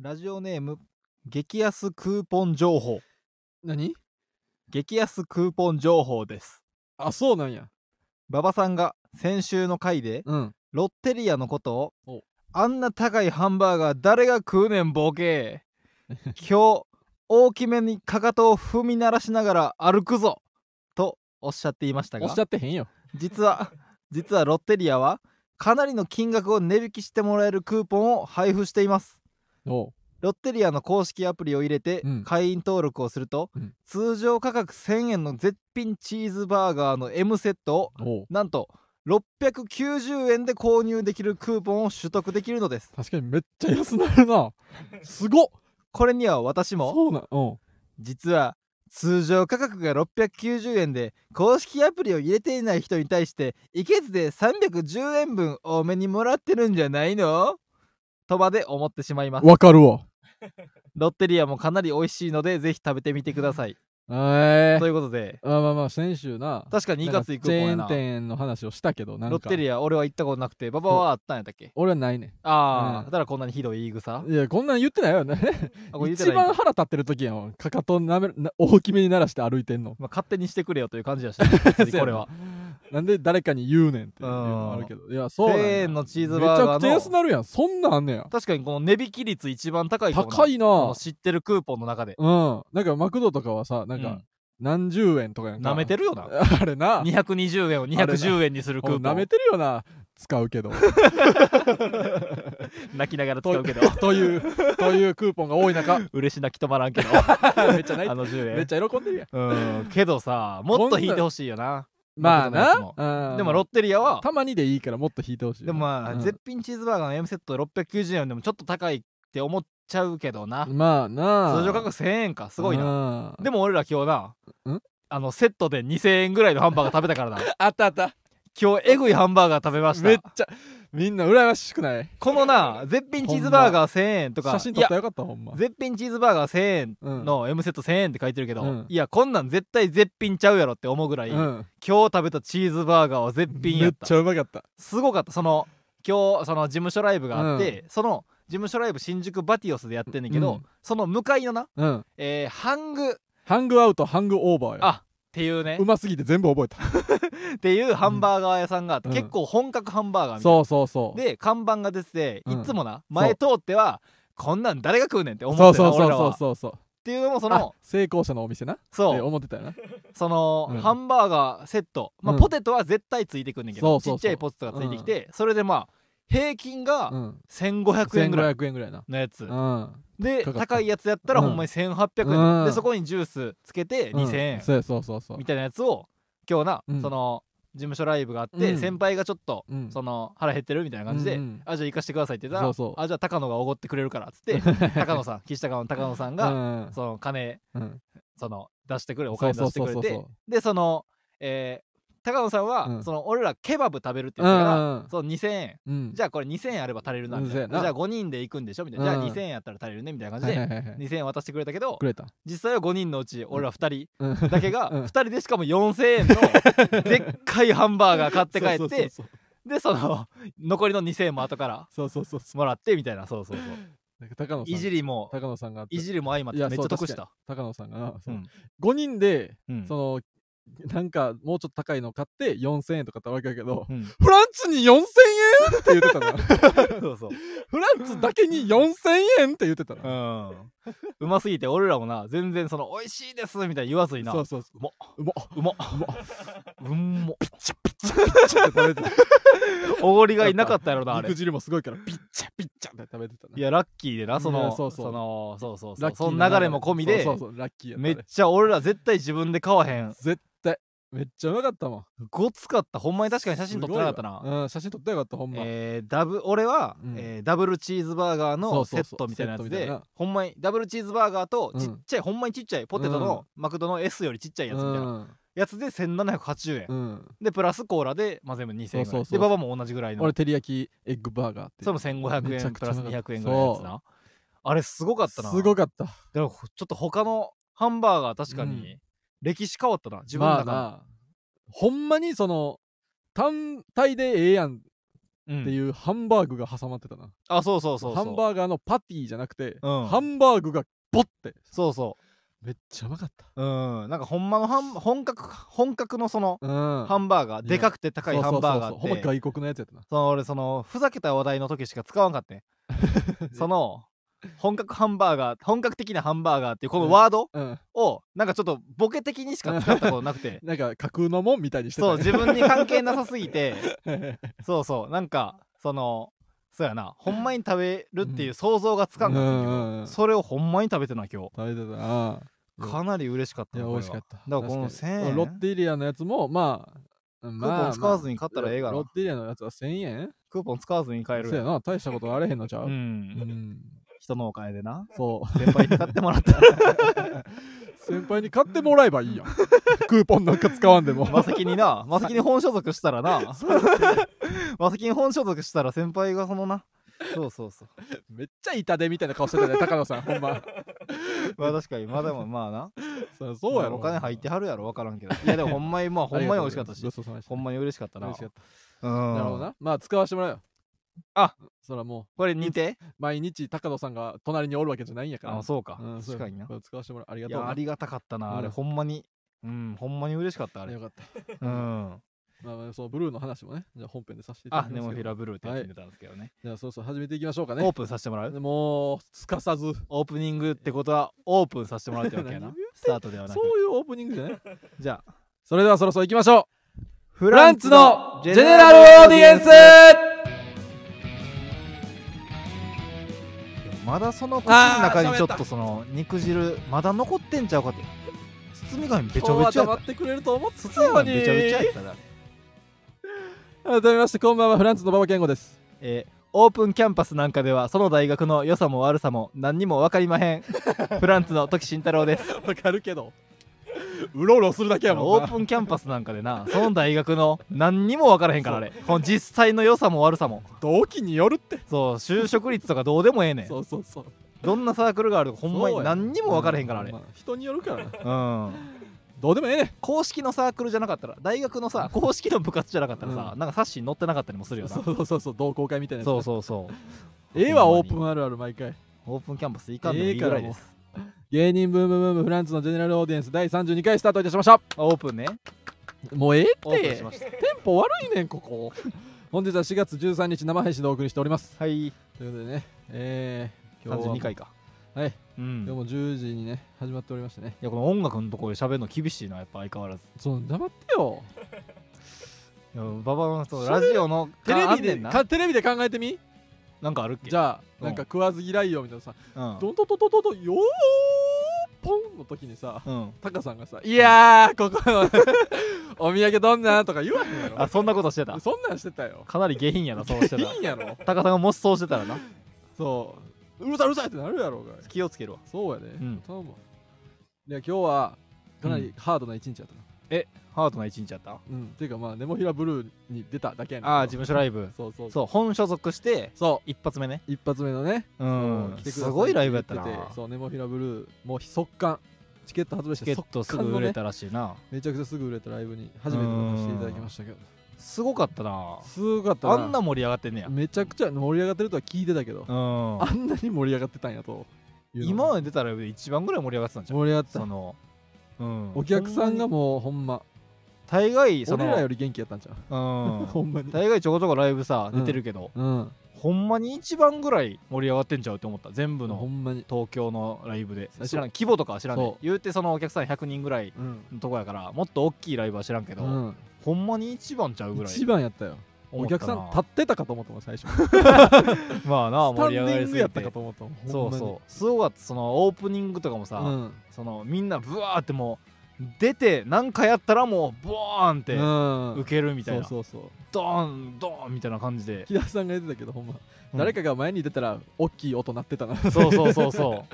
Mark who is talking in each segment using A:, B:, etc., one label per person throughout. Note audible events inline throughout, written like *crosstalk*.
A: ラジオネーム激安クーポン情報
B: 何
A: 激安クーポン情報です
B: あそうなんや
A: 馬場さんが先週の回で
B: うん
A: ロッテリアのこと
B: お
A: をあんな高いハンバーガー誰が食うねんボ
B: *laughs*
A: ケ今日大きめにかかとを踏み鳴らしながら歩くぞとおっしゃっていました
B: お
A: が
B: っしゃってへんよ
A: 実は実はロッテリアはかなりの金額を値引きしてもらえるクーポンを配布しています
B: おう
A: ロッテリアの公式アプリを入れて
B: うん
A: 会員登録をすると、
B: うん
A: 通常価格1000円の絶品チーズバーガーの M セットを
B: おう
A: なんと690円で購入できるクーポンを取得できるのです
B: 確かにめっちゃ安なるなすごっ
A: これには私も
B: そうなんうん
A: 実は通常価格が690円で公式アプリを入れていない人に対していけずで310円分多めにもらってるんじゃないのとまで思ってしまいます
B: わかるわ
A: ロッテリアもかなり美味しいのでぜひ食べてみてください
B: え
A: ということで
B: あまあまあ先週な
A: 確かにいかつい
B: なんか
A: ク
B: チ
A: ーポン
B: ェー
A: や
B: ン
A: な
B: 店の話をしたけどなんか
A: ロッテリア俺は行ったことなくてババはあったんやったっけ
B: 俺はないね
A: ああ、
B: うん
A: だからこんなにひどい言い草あ
B: いやこんなん言ってないよね
A: これ言ってな
B: 一
A: いん
B: 番
A: か、
B: 腹立ってる時やんかかとなめな大きめに鳴らして歩いて
A: *laughs*
B: んの
A: まあ、勝手にしてくれよという感じだし別
B: *laughs*
A: にこれは
B: なんで誰かに言うねんっていうのもあるけどいやそうなんや
A: 1000円のチーズバーガーの
B: めちゃくちゃ安なるやんそんなんあんねや
A: 確かにこの値引き率一番高いかもな
B: 高
A: こ
B: いな
A: の知ってるクーポンの中で
B: うんなんかマクドとかはさなん
A: う
B: か
A: ん
B: 何十円とかやんか
A: 舐めてるよな
B: *laughs* あれな
A: 220円を210円にするク
B: お
A: ー
B: な
A: ポ
B: め
A: ン
B: てるよな使う
A: *laughs*
B: けど
A: 泣きながら使う
B: *laughs*
A: けど
B: というというクーポンが多い中
A: 嬉し泣き止まらん
B: *laughs*
A: けど
B: めっちゃな
A: *laughs*
B: い
A: あの10円
B: めっちゃ喜んでるやん
A: うんけどさもっと引いてほしいよな
B: ま
A: マ
B: あ
A: クドナルド
B: な
A: でもロッ
B: ッ
A: テリアは
B: たまにでいいからもっと引いてほしい
A: でもまあ、
B: うん
A: 絶品チーズバーガーの M セット690円でもちょっと高いって思っちゃうけどな、
B: まあな
A: 通常価格1000円かすごいな、
B: な
A: でも俺ら今日なんあのセットで2000円ぐらいのハンバーガー食べたからな
B: *laughs* あったあった
A: 今日えぐいハンバーガー食べまし
B: めったちゃみんな羨ましくない
A: このな絶品チーズバーガー1000円とか
B: 写真撮ったらよかったほん
A: い
B: ま
A: や絶品チーズバーガー1000円
B: うん
A: の M セット1000円って書いてるけど、
B: うん
A: いやこんなん絶対絶品ちゃうやろって思うぐらい、今
B: うん
A: 日食べたチーズバーガーは絶品
B: め
A: や
B: っ
A: った
B: ちゃうまかった
A: すごかったその今日その事務所ライブがあって、その事務所ライブ新宿バティオスでやってんねんけど、
B: うん
A: その向かいのな、
B: うん
A: えーハングっ
B: ハングアウトハングオーバー
A: あ
B: や
A: ていうね
B: うますぎて全部覚えた
A: っていうハンバーガー屋さんがあって、
B: うん
A: 結構本格ハンバーガーみたいな
B: そうそうそう
A: で看板が出ててい
B: うん
A: つもな、前通ってはこんなん誰が食うねんって思っ
B: そう
A: てた
B: そうそ
A: 俺
B: う
A: ら
B: そ
A: は
B: うそうそう
A: っていうのもそ
B: あ
A: の
B: 成功者のお店なって
A: そう
B: 思ってたよな
A: その、
B: うん
A: ハンバーガーセット、まあ
B: うん
A: ポテトは絶対ついてくんねんけど
B: そうそうそう
A: ちっちゃいポテトがついてきて、それでまあ平均
B: う
A: が
B: ん
A: 1500円ぐらい
B: 1500円ぐらいな
A: のやつ、
B: うん
A: で
B: かかった
A: 高いやつやったら
B: うん
A: ほんまに1800円、
B: うん
A: でそこにジュースつけて
B: うん
A: 2000円
B: そうそうそうそう
A: みたいなやつを今日な、
B: うん
A: その事務所ライブがあって、
B: うん
A: 先輩がちょっと
B: うん
A: その腹減ってるみたいな感じで、
B: うんうん
A: あじゃあ行かしてくださいって言ったら
B: そうそう
A: あじゃあ高野がおごってくれるからっつ
B: *laughs*
A: って高野さん岸高の高野さん
B: う
A: が、
B: ん
A: その金
B: うん
A: その出してくれお金出してくれ
B: そうそうそう
A: て
B: そう
A: でその、えー高野さんは、
B: うん
A: その俺らケバブ食べるって
B: う
A: 言ってたから、
B: ん
A: その2000円
B: うん
A: じゃあこれ2000円あれば足りるなみたいな,、
B: うんそうやな
A: じゃあ5人で行くんでしょみたいな、
B: うん
A: じゃあ2000円やったら足りるねみたいな感
B: は
A: じ
B: い
A: で、
B: はいはいはい
A: 2000円渡してくれたけど
B: くれた
A: 実際は5人のうち俺ら2
B: うん
A: 人だけが
B: うん
A: 2人でしかも4000円
B: *laughs*
A: のでっかいハンバーガー買って帰って
B: そう
A: でその *laughs* 残りの2000円も後から
B: そうそうそうそうそう
A: もらってみたいなそうそうそう
B: なんか高野
A: い
B: さ
A: じ
B: ん
A: りも
B: 高野さんが
A: いじりも相まって
B: い
A: め
B: や
A: っちゃ
B: そう
A: 得した
B: 高野さんがな、そう
A: うん
B: 5人で、
A: うん
B: そのなんかもうちょっと高いの買って4000円とかってわけやけど、 *laughs*
A: うん
B: フランツに4000円って言ってたな
A: そうそう
B: *laughs* フランツだけに4000円って言ってた
A: う
B: な、
A: んうますぎて俺らもな全然その美味しいですみたいに言わずにな
B: そうそうそう
A: うま
B: う
A: *laughs*
B: まっ
A: うまっ *laughs* うんも
B: ピッチャピッチャピッチャって食べて
A: おごりがいなかったやろな
B: た
A: あれ
B: 肉汁もすごいからピッチャピッチャって食べてたない
A: やラッキーでなそ
B: いや
A: の
B: そ
A: そう
B: そう
A: のそうそうそ
B: ラ
A: う
B: ッキー
A: そ
B: な
A: の流れも込みで
B: そうそうそうラッキーやった
A: め
B: ね
A: っちゃ俺ら絶対自分で買わへん
B: 絶対めっちゃうまかったもん
A: ごつかったほんまに確かに写真撮ってなかった
B: す
A: な
B: ごい、わうん、写真撮ってなかったほんま、
A: えーダブ俺は、
B: うん
A: えーダブルチーズバーガー
B: そ
A: の
B: う
A: セ
B: そう
A: ッ
B: そう
A: トみたいなやつ
B: セットみた
A: で
B: いな
A: ほんまにダブルチーズバーガーと
B: うん
A: ちっちゃい、ほんまにちっちゃいポテトの、マクドの S よりちっちゃいやつみたいな、やつで1780円、
B: うん、うん、
A: でプラスコーラで、まあ、全部2000円ぐ
B: そ
A: ら
B: うそう
A: い
B: そう
A: でババも同じぐらいの
B: 俺照り焼きエッグバーガーって
A: それも1500
B: めちゃ
A: 円
B: く
A: プ
B: ちゃ
A: ラ
B: な
A: ス
B: かった
A: 200円ぐらいのやつなあれすごかったな
B: すごかった
A: でもほちょっと他のハンバーガー確かに歴史変わったな、自分の
B: まあ
A: 中の、
B: なほんまにその単体でええやん
A: うん
B: ていうハンバーグが挟まってたな、
A: あそうそうそうそう
B: ハンバーガーのパティじゃなくて、
A: うん
B: ハンバーグがボッて
A: そうそ
B: めっちゃうまかった
A: ううんなんかほんまのハン本格本格のその
B: うん
A: ハンバーガー
B: いや
A: でかくて高いハンバーガー
B: そうそうそうそう
A: っ
B: ほんま
A: て
B: 外国のやつやったな
A: その俺そのふざけた話題の時しか使わんか
B: *laughs*
A: ったねその本格ハンバーガー本格的なハンバーガーっていうこのワード
B: うん
A: をなんかちょっとボケ的にしか使ったことなく
B: *laughs*
A: て
B: なんか架空のもんみたいにしてた
A: そう自分に関係なさすぎて
B: 分
A: そうそうなんかそのそうやなほんまに食べるっていう想像がつかんかったんやけど、
B: うんうんうん
A: それをほんまに食べてな今
B: 食べてたな
A: 日かなり嬉しかっ
B: い
A: た
B: や
A: な
B: 美味しか
A: こ
B: った
A: だからこの
B: 確に
A: 1000円
B: ロッテリアのやつもまあ
A: れはクーポン使わずに買ったらええがな、
B: ロッテリアのやつは1000円
A: クーポン使わずに買える
B: そうやな大したことあれへんのちゃう、
A: う
B: うんん
A: 人のお金でな
B: そう *laughs*
A: 先輩に買ってもらった
B: 先輩に買ってもらえばいいやん *laughs* クーポンなんか使わんで
A: *laughs*
B: も
A: マセキになマセキに本所属したらな *laughs* マセキに本所属したら先輩がそのなそうそうそう
B: *laughs* めっちゃ痛手みたいな顔してたね高野さんほん
A: *laughs*
B: ま
A: まあ確かにまあでもまあな
B: *laughs* そうそうやろ
A: お金入ってはるやろ分からんけどいやでもほんまにまあほんまに美味しかったし
B: ごちそうさまでした
A: ほんまに嬉しかったな
B: 嬉しかった
A: うん
B: なるほどなまあ使わせてもらうよ
A: あ
B: そらも
A: これ似て
B: う毎日高野さんが隣におるわけじゃないんやから
A: あそうか、
B: うんそう
A: 確
B: や
A: かにな
B: これ使わせてもらうありが
A: い
B: とう
A: やあ
B: な
A: りがたかったな、あれ
B: うん
A: ほんまにうんほんまに嬉しかったあれ
B: よかった
A: うん
B: まあまあ、そのブルーの話もね、じゃあ本編でさせていただ
A: あ
B: きま
A: ネ
B: すけど。
A: モフィラブルーってやつ出たんですけどね、
B: じゃあ、そうそう、始めていきましょうか
A: オ
B: ね
A: ー。プンさせてもらう
B: もう、すかさず、
A: オープニングってことはオープンさせてもらうってわけやな
B: *laughs* 何言
A: スタートではなく
B: そういうオープニングじゃない
A: じゃあ
B: *laughs* それでは、そろそろ行きましょ
A: フ
B: う。フランツのジェネラルオーディエンス
A: まだその口の
B: あー
A: 中にちょっ
B: 喋った
A: とその肉汁まだ残ってんちゃうかって包み紙べちょ
B: 今日
A: べ
B: は
A: ちょや
B: 黙
A: っ
B: ってくれると思って
A: た
B: た
A: 包み
B: の
A: 紙
B: に。
A: べちょべちょやったな
B: 改めまして、こんばんは、フランツの馬場健吾です。
A: えーオープンキャンパスなんかではその大学の良さも悪さも何にも分かりまへんフランツの時慎太郎です
B: わかるけど、うろうろするだけやも
A: オ
B: ん
A: ー
B: な。
A: プンキャンパスなんかでなその大学の何にも分からへんからあれこの実際の良さも悪さも
B: 同期によるって。
A: そう就職率とかどうでもええねん
B: そうそうそう。
A: どんなサークルがあるかほんま
B: そう
A: に
B: や
A: 何にも分からへんからあれ
B: まあ人によるからな。
A: うん
B: どうでもええね。
A: 公式のサークルじゃなかったら大学のさ公式の部活じゃなかったらさ、
B: う
A: なんか冊子に載ってなかったりもす
B: *laughs*
A: るよな
B: そうそうそうそう、同好会みたいなやつね。
A: そうそうそう
B: ええわ、
A: ほんま
B: オ
A: に
B: ープンあるある毎回。
A: オープンキャンパスいかんでもいいぐらいです、
B: 芸人ブームブームフランツのジェネラルオーディエンス第32回スタートいたしました
A: あオープンね
B: もうええって
A: オープンしました
B: テンポ悪いねんここ本日は4月13日生配信でお送りしております
A: はい
B: ということでねえー、今日は
A: 32回か
B: はい
A: うん
B: 今日も10時にね始まっておりましてね
A: いやこの音楽のところで喋るの厳しいなやっぱ相変わらず
B: その黙ってよ
A: いやババのそうラジオの
B: テレビ
A: あんね
B: で
A: んな
B: かテレビで考えてみ
A: なんかあるっけ
B: じゃ
A: うん
B: あなんか食わず嫌いよみたいなさ
A: うん
B: ドントトトトトよーポンの時にさ
A: うん
B: タカさんがさ「いやーここの *laughs* お土産どんなん?」とか言わへんや
A: あ
B: ろ
A: そんなことしてた
B: そんなんしてたよ
A: かなり下品やなそうしてた *laughs*
B: いいんやろ
A: タカさんがもしそうしてたらな
B: そううるさいうるさいってなるやろうが
A: 気をつけるわ
B: そうやで、
A: うん
B: 頼むわいや今日はかなりハードな一日やったな
A: ハートな一日やった
B: うん、ていうかまあネモフィラブルーに出ただけやねんけど
A: ああ事務所ライブ
B: そうそうそう
A: そう本所属して
B: そ
A: 一発目ね
B: う一発目のね、
A: う
B: そ
A: ん
B: う来てくだ
A: す
B: さ
A: ごいライブやった
B: って言っ
A: な
B: ててそうネモフィラブルーもう速乾チケット発売し
A: チ
B: て
A: ケットすぐ売れ
B: 速
A: たらしいな
B: 乾のね、めちゃくちゃすぐ売れたライブに初めて出させていただきましたけど
A: すごかったな
B: すごかったな
A: あんな盛り上がってんねや
B: めちゃくちゃ盛り上がってるとは聞いてたけど、
A: うん
B: あんなに盛り上がってたんやというの
A: 今まで出たライブで一番ぐらい盛り上がってたんちゃう
B: 盛り上がってた
A: そのうん
B: お客さん
A: ほま
B: が
A: に
B: もうほんま
A: 大概そ
B: 俺ら
A: の
B: より元気やったんちゃう
A: うん
B: *laughs* ほんまに。
A: 大概ちょこちょこライブさ
B: うん
A: 出てるけど、
B: うん。
A: ほんまに一番ぐらい盛り上がってんちゃうって思った全部
B: ほ
A: の
B: んまに。
A: 東京のライブで
B: そう
A: 知らん規模とかは知らんね
B: そう
A: 言うてそのお客さん100人ぐらい
B: うん。
A: のとこやからもっと大きいライブは知らんけど、
B: うん、
A: ほんまに一番ちゃうぐらい
B: 一番やったよ
A: 思
B: お
A: った
B: 客
A: な
B: さん立ってたかと思ったもん最初ス
A: まあな
B: タ
A: 盛り上
B: ンデ
A: が
B: ィ
A: りす
B: ング
A: ぎ
B: やった
A: て
B: かと思ったもん
A: そうそうすごかったそのオープニングとかもさ、
B: ほんまに
A: そのみんなブワーってもう出て何かやったらもうボーンって
B: うんうん
A: 受けるみたいな、
B: そうそうそう
A: ドーンドーンみたいな感じで
B: 木田さんが言ってたけどほんま、
A: うん
B: 誰かが前に出たら大きい音鳴ってたな
A: そうそうそうそ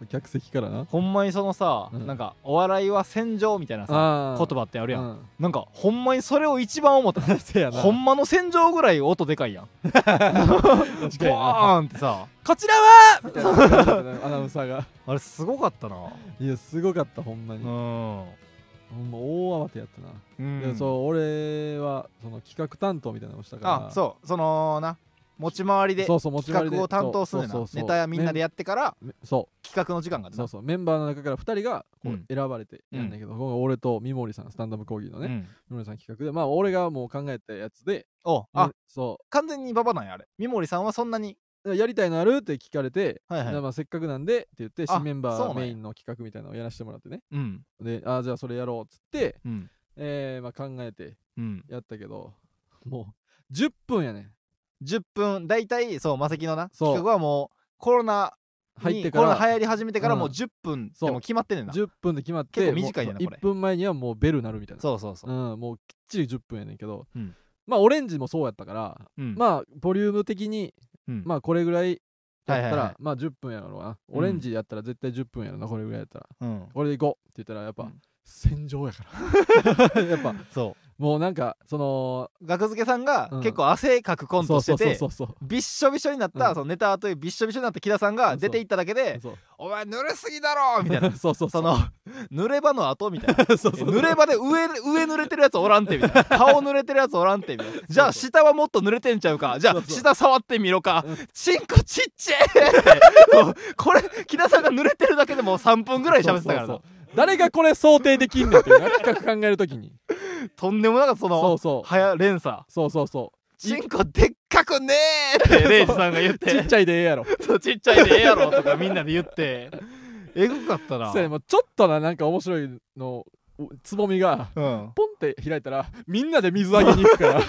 A: う
B: *laughs* 客席からな
A: ほんまにそのさ、
B: うん
A: なんかお笑いは戦場みたいなさ
B: あ
A: 言
B: ー
A: 葉ってあるやん、
B: うん
A: なんかほんまにそれを一番思った
B: *laughs* せやな
A: ほんまの戦場ぐらい音でかいやんボ
B: かにな
A: ーンってさ
B: こちらはみたいなアナウンサーが
A: あれすごかったな
B: いやすごかったほんま
A: う
B: に、
A: ん
B: ほんま大慌てやったな、
A: うん
B: でそう俺はその企画担当みたいなのをしたから
A: あそうそのな持ち回りで
B: そうそう持ち回
A: 企
B: りで
A: 画を担当するねん
B: そ
A: な
B: うそうそう
A: ネタやみんなでやってから
B: めそ
A: 企画の時間が
B: う
A: 出
B: そ
A: た
B: うそうメンバーの中から2人が
A: う
B: こうん選ばれてやんだけど、今回俺と三森さんスタンダップ講義のね、
A: うん
B: 三森さん企画でまあ俺がもう考えたやつで
A: おあ
B: みそ
A: 完全にババなんやあれ三森さんはそんなに
B: うやりたいのあるって聞かれて、
A: はいはい
B: でまあ、せっかくなんでって言っ
A: あ
B: て新メンバ
A: そうな
B: ー
A: んや
B: メインの企画みたいなのをやらせてもらってね
A: うん
B: であじゃあそれやろうっつって、
A: うん
B: えーまあ、考えて
A: うん
B: やったけどもう10分やねん
A: 10分大体そうマセキのな
B: そう
A: 企画はもうコロナ
B: 入って
A: に
B: か
A: コロナ流
B: ら
A: 行り始めてからもううん10分
B: そう
A: でも決まってんねんな
B: 10分で決まって
A: 結構短いねんな
B: もう
A: これ
B: 1分前にはもうベル鳴るみたいな
A: そうそうそう
B: うん、もうきっちり10分やねんけど、
A: うん
B: まあオレンジもそうやったから、
A: うん
B: まあボリューム的に
A: うん
B: まあこれぐらいやったら、
A: はいはいはい
B: まあ10分やろうなオレンジやったら絶対10分やろなこれぐらいやったら
A: うん
B: これで行こうって言ったらやっぱ、
A: うん
B: 戦場やか
A: *laughs*
B: らやっぱ
A: そ
B: もうなんかその
A: う学付けさんが
B: うん
A: 結構汗かくコントしてて
B: そうそうそう
A: びっしょびしょになった、
B: うん
A: そのネタというびっしょびしょになった木田さん
B: そ
A: が
B: う
A: 出ていっただけで
B: そう
A: 「お前濡れすぎだろ!」みたい
B: *laughs* そ
A: な
B: うそうそう
A: その濡れ場の後みたいな
B: そうそうそう
A: 濡れ場で上上濡れてるやつおらんてみたいな
B: *laughs*
A: 顔濡れてるやつおらんてみたいなじゃあ下はもっと濡れてんちゃうかじゃ
B: そ
A: あ
B: うそう
A: 下触ってみろか
B: うん
A: チンコちっちゃい
B: *laughs*
A: ってこれ木田さんが濡れてるだけでもう3分ぐらい喋ってたからな
B: そうそうそう誰がこれ想定できんねんっていう
A: *laughs*
B: な企画考えるときに
A: とんでもなかったそ
B: そ
A: の
B: うそう
A: はや連鎖
B: そうそうそ
A: チンコでっかくねーってレイジさんが言っ
B: うち
A: て
B: っちゃいでええやろ
A: そうちっちゃいでええやろとかみんなで言ってえぐかったな
B: そうやねもうちょっとななんか面白いのおつぼみが
A: うん、
B: ポンって開いたらみんなで水揚げに行
A: *laughs*
B: くから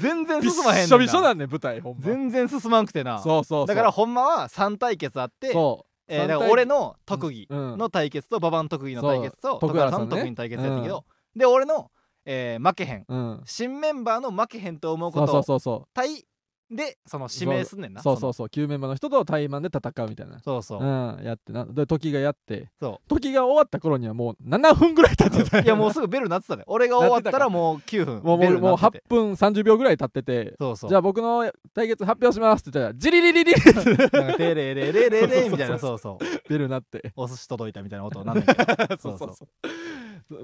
A: 全然
B: びっ
A: 進まへんねんな
B: しょびしょなんねん舞台ほんま
A: 全然進まんくてな
B: そうそうそう
A: だからほんまは3対決あって、
B: そう
A: えー
B: 三対
A: だから俺の特技
B: うん
A: の対決と馬場の特技の対決と
B: そう
A: 徳原さんの
B: 徳
A: 特
B: 原さんね
A: 技の対決やったけど、で俺の、えー負けへん
B: うん
A: 新メンバーの負けへんと思う
B: そ
A: こ
B: うそう
A: と
B: そうそ
A: 対でその指名すんねん
B: う
A: な
B: そうそううそう旧メンバーの人と対マンで戦うみたいな
A: そうそううん
B: やってなで時がやって
A: そ
B: 時が終わった頃にはもう7分ぐらい経ってた
A: ういやもうすぐベル鳴ってたね俺が終わったらもう9分
B: *laughs* もうも
A: ベ
B: う
A: ル
B: も
A: 鳴
B: う
A: って
B: 8
A: て
B: 分30秒ぐらい経ってて
A: そうそう
B: じゃあ僕の対決発表しますって言ったらジリリリリリって
A: なんか「テレレレレレ」みたいな
B: そ
A: そうそう
B: ベルな
A: *laughs*
B: って
A: お寿司届いたみたいなことなんだけど
B: そうそうそう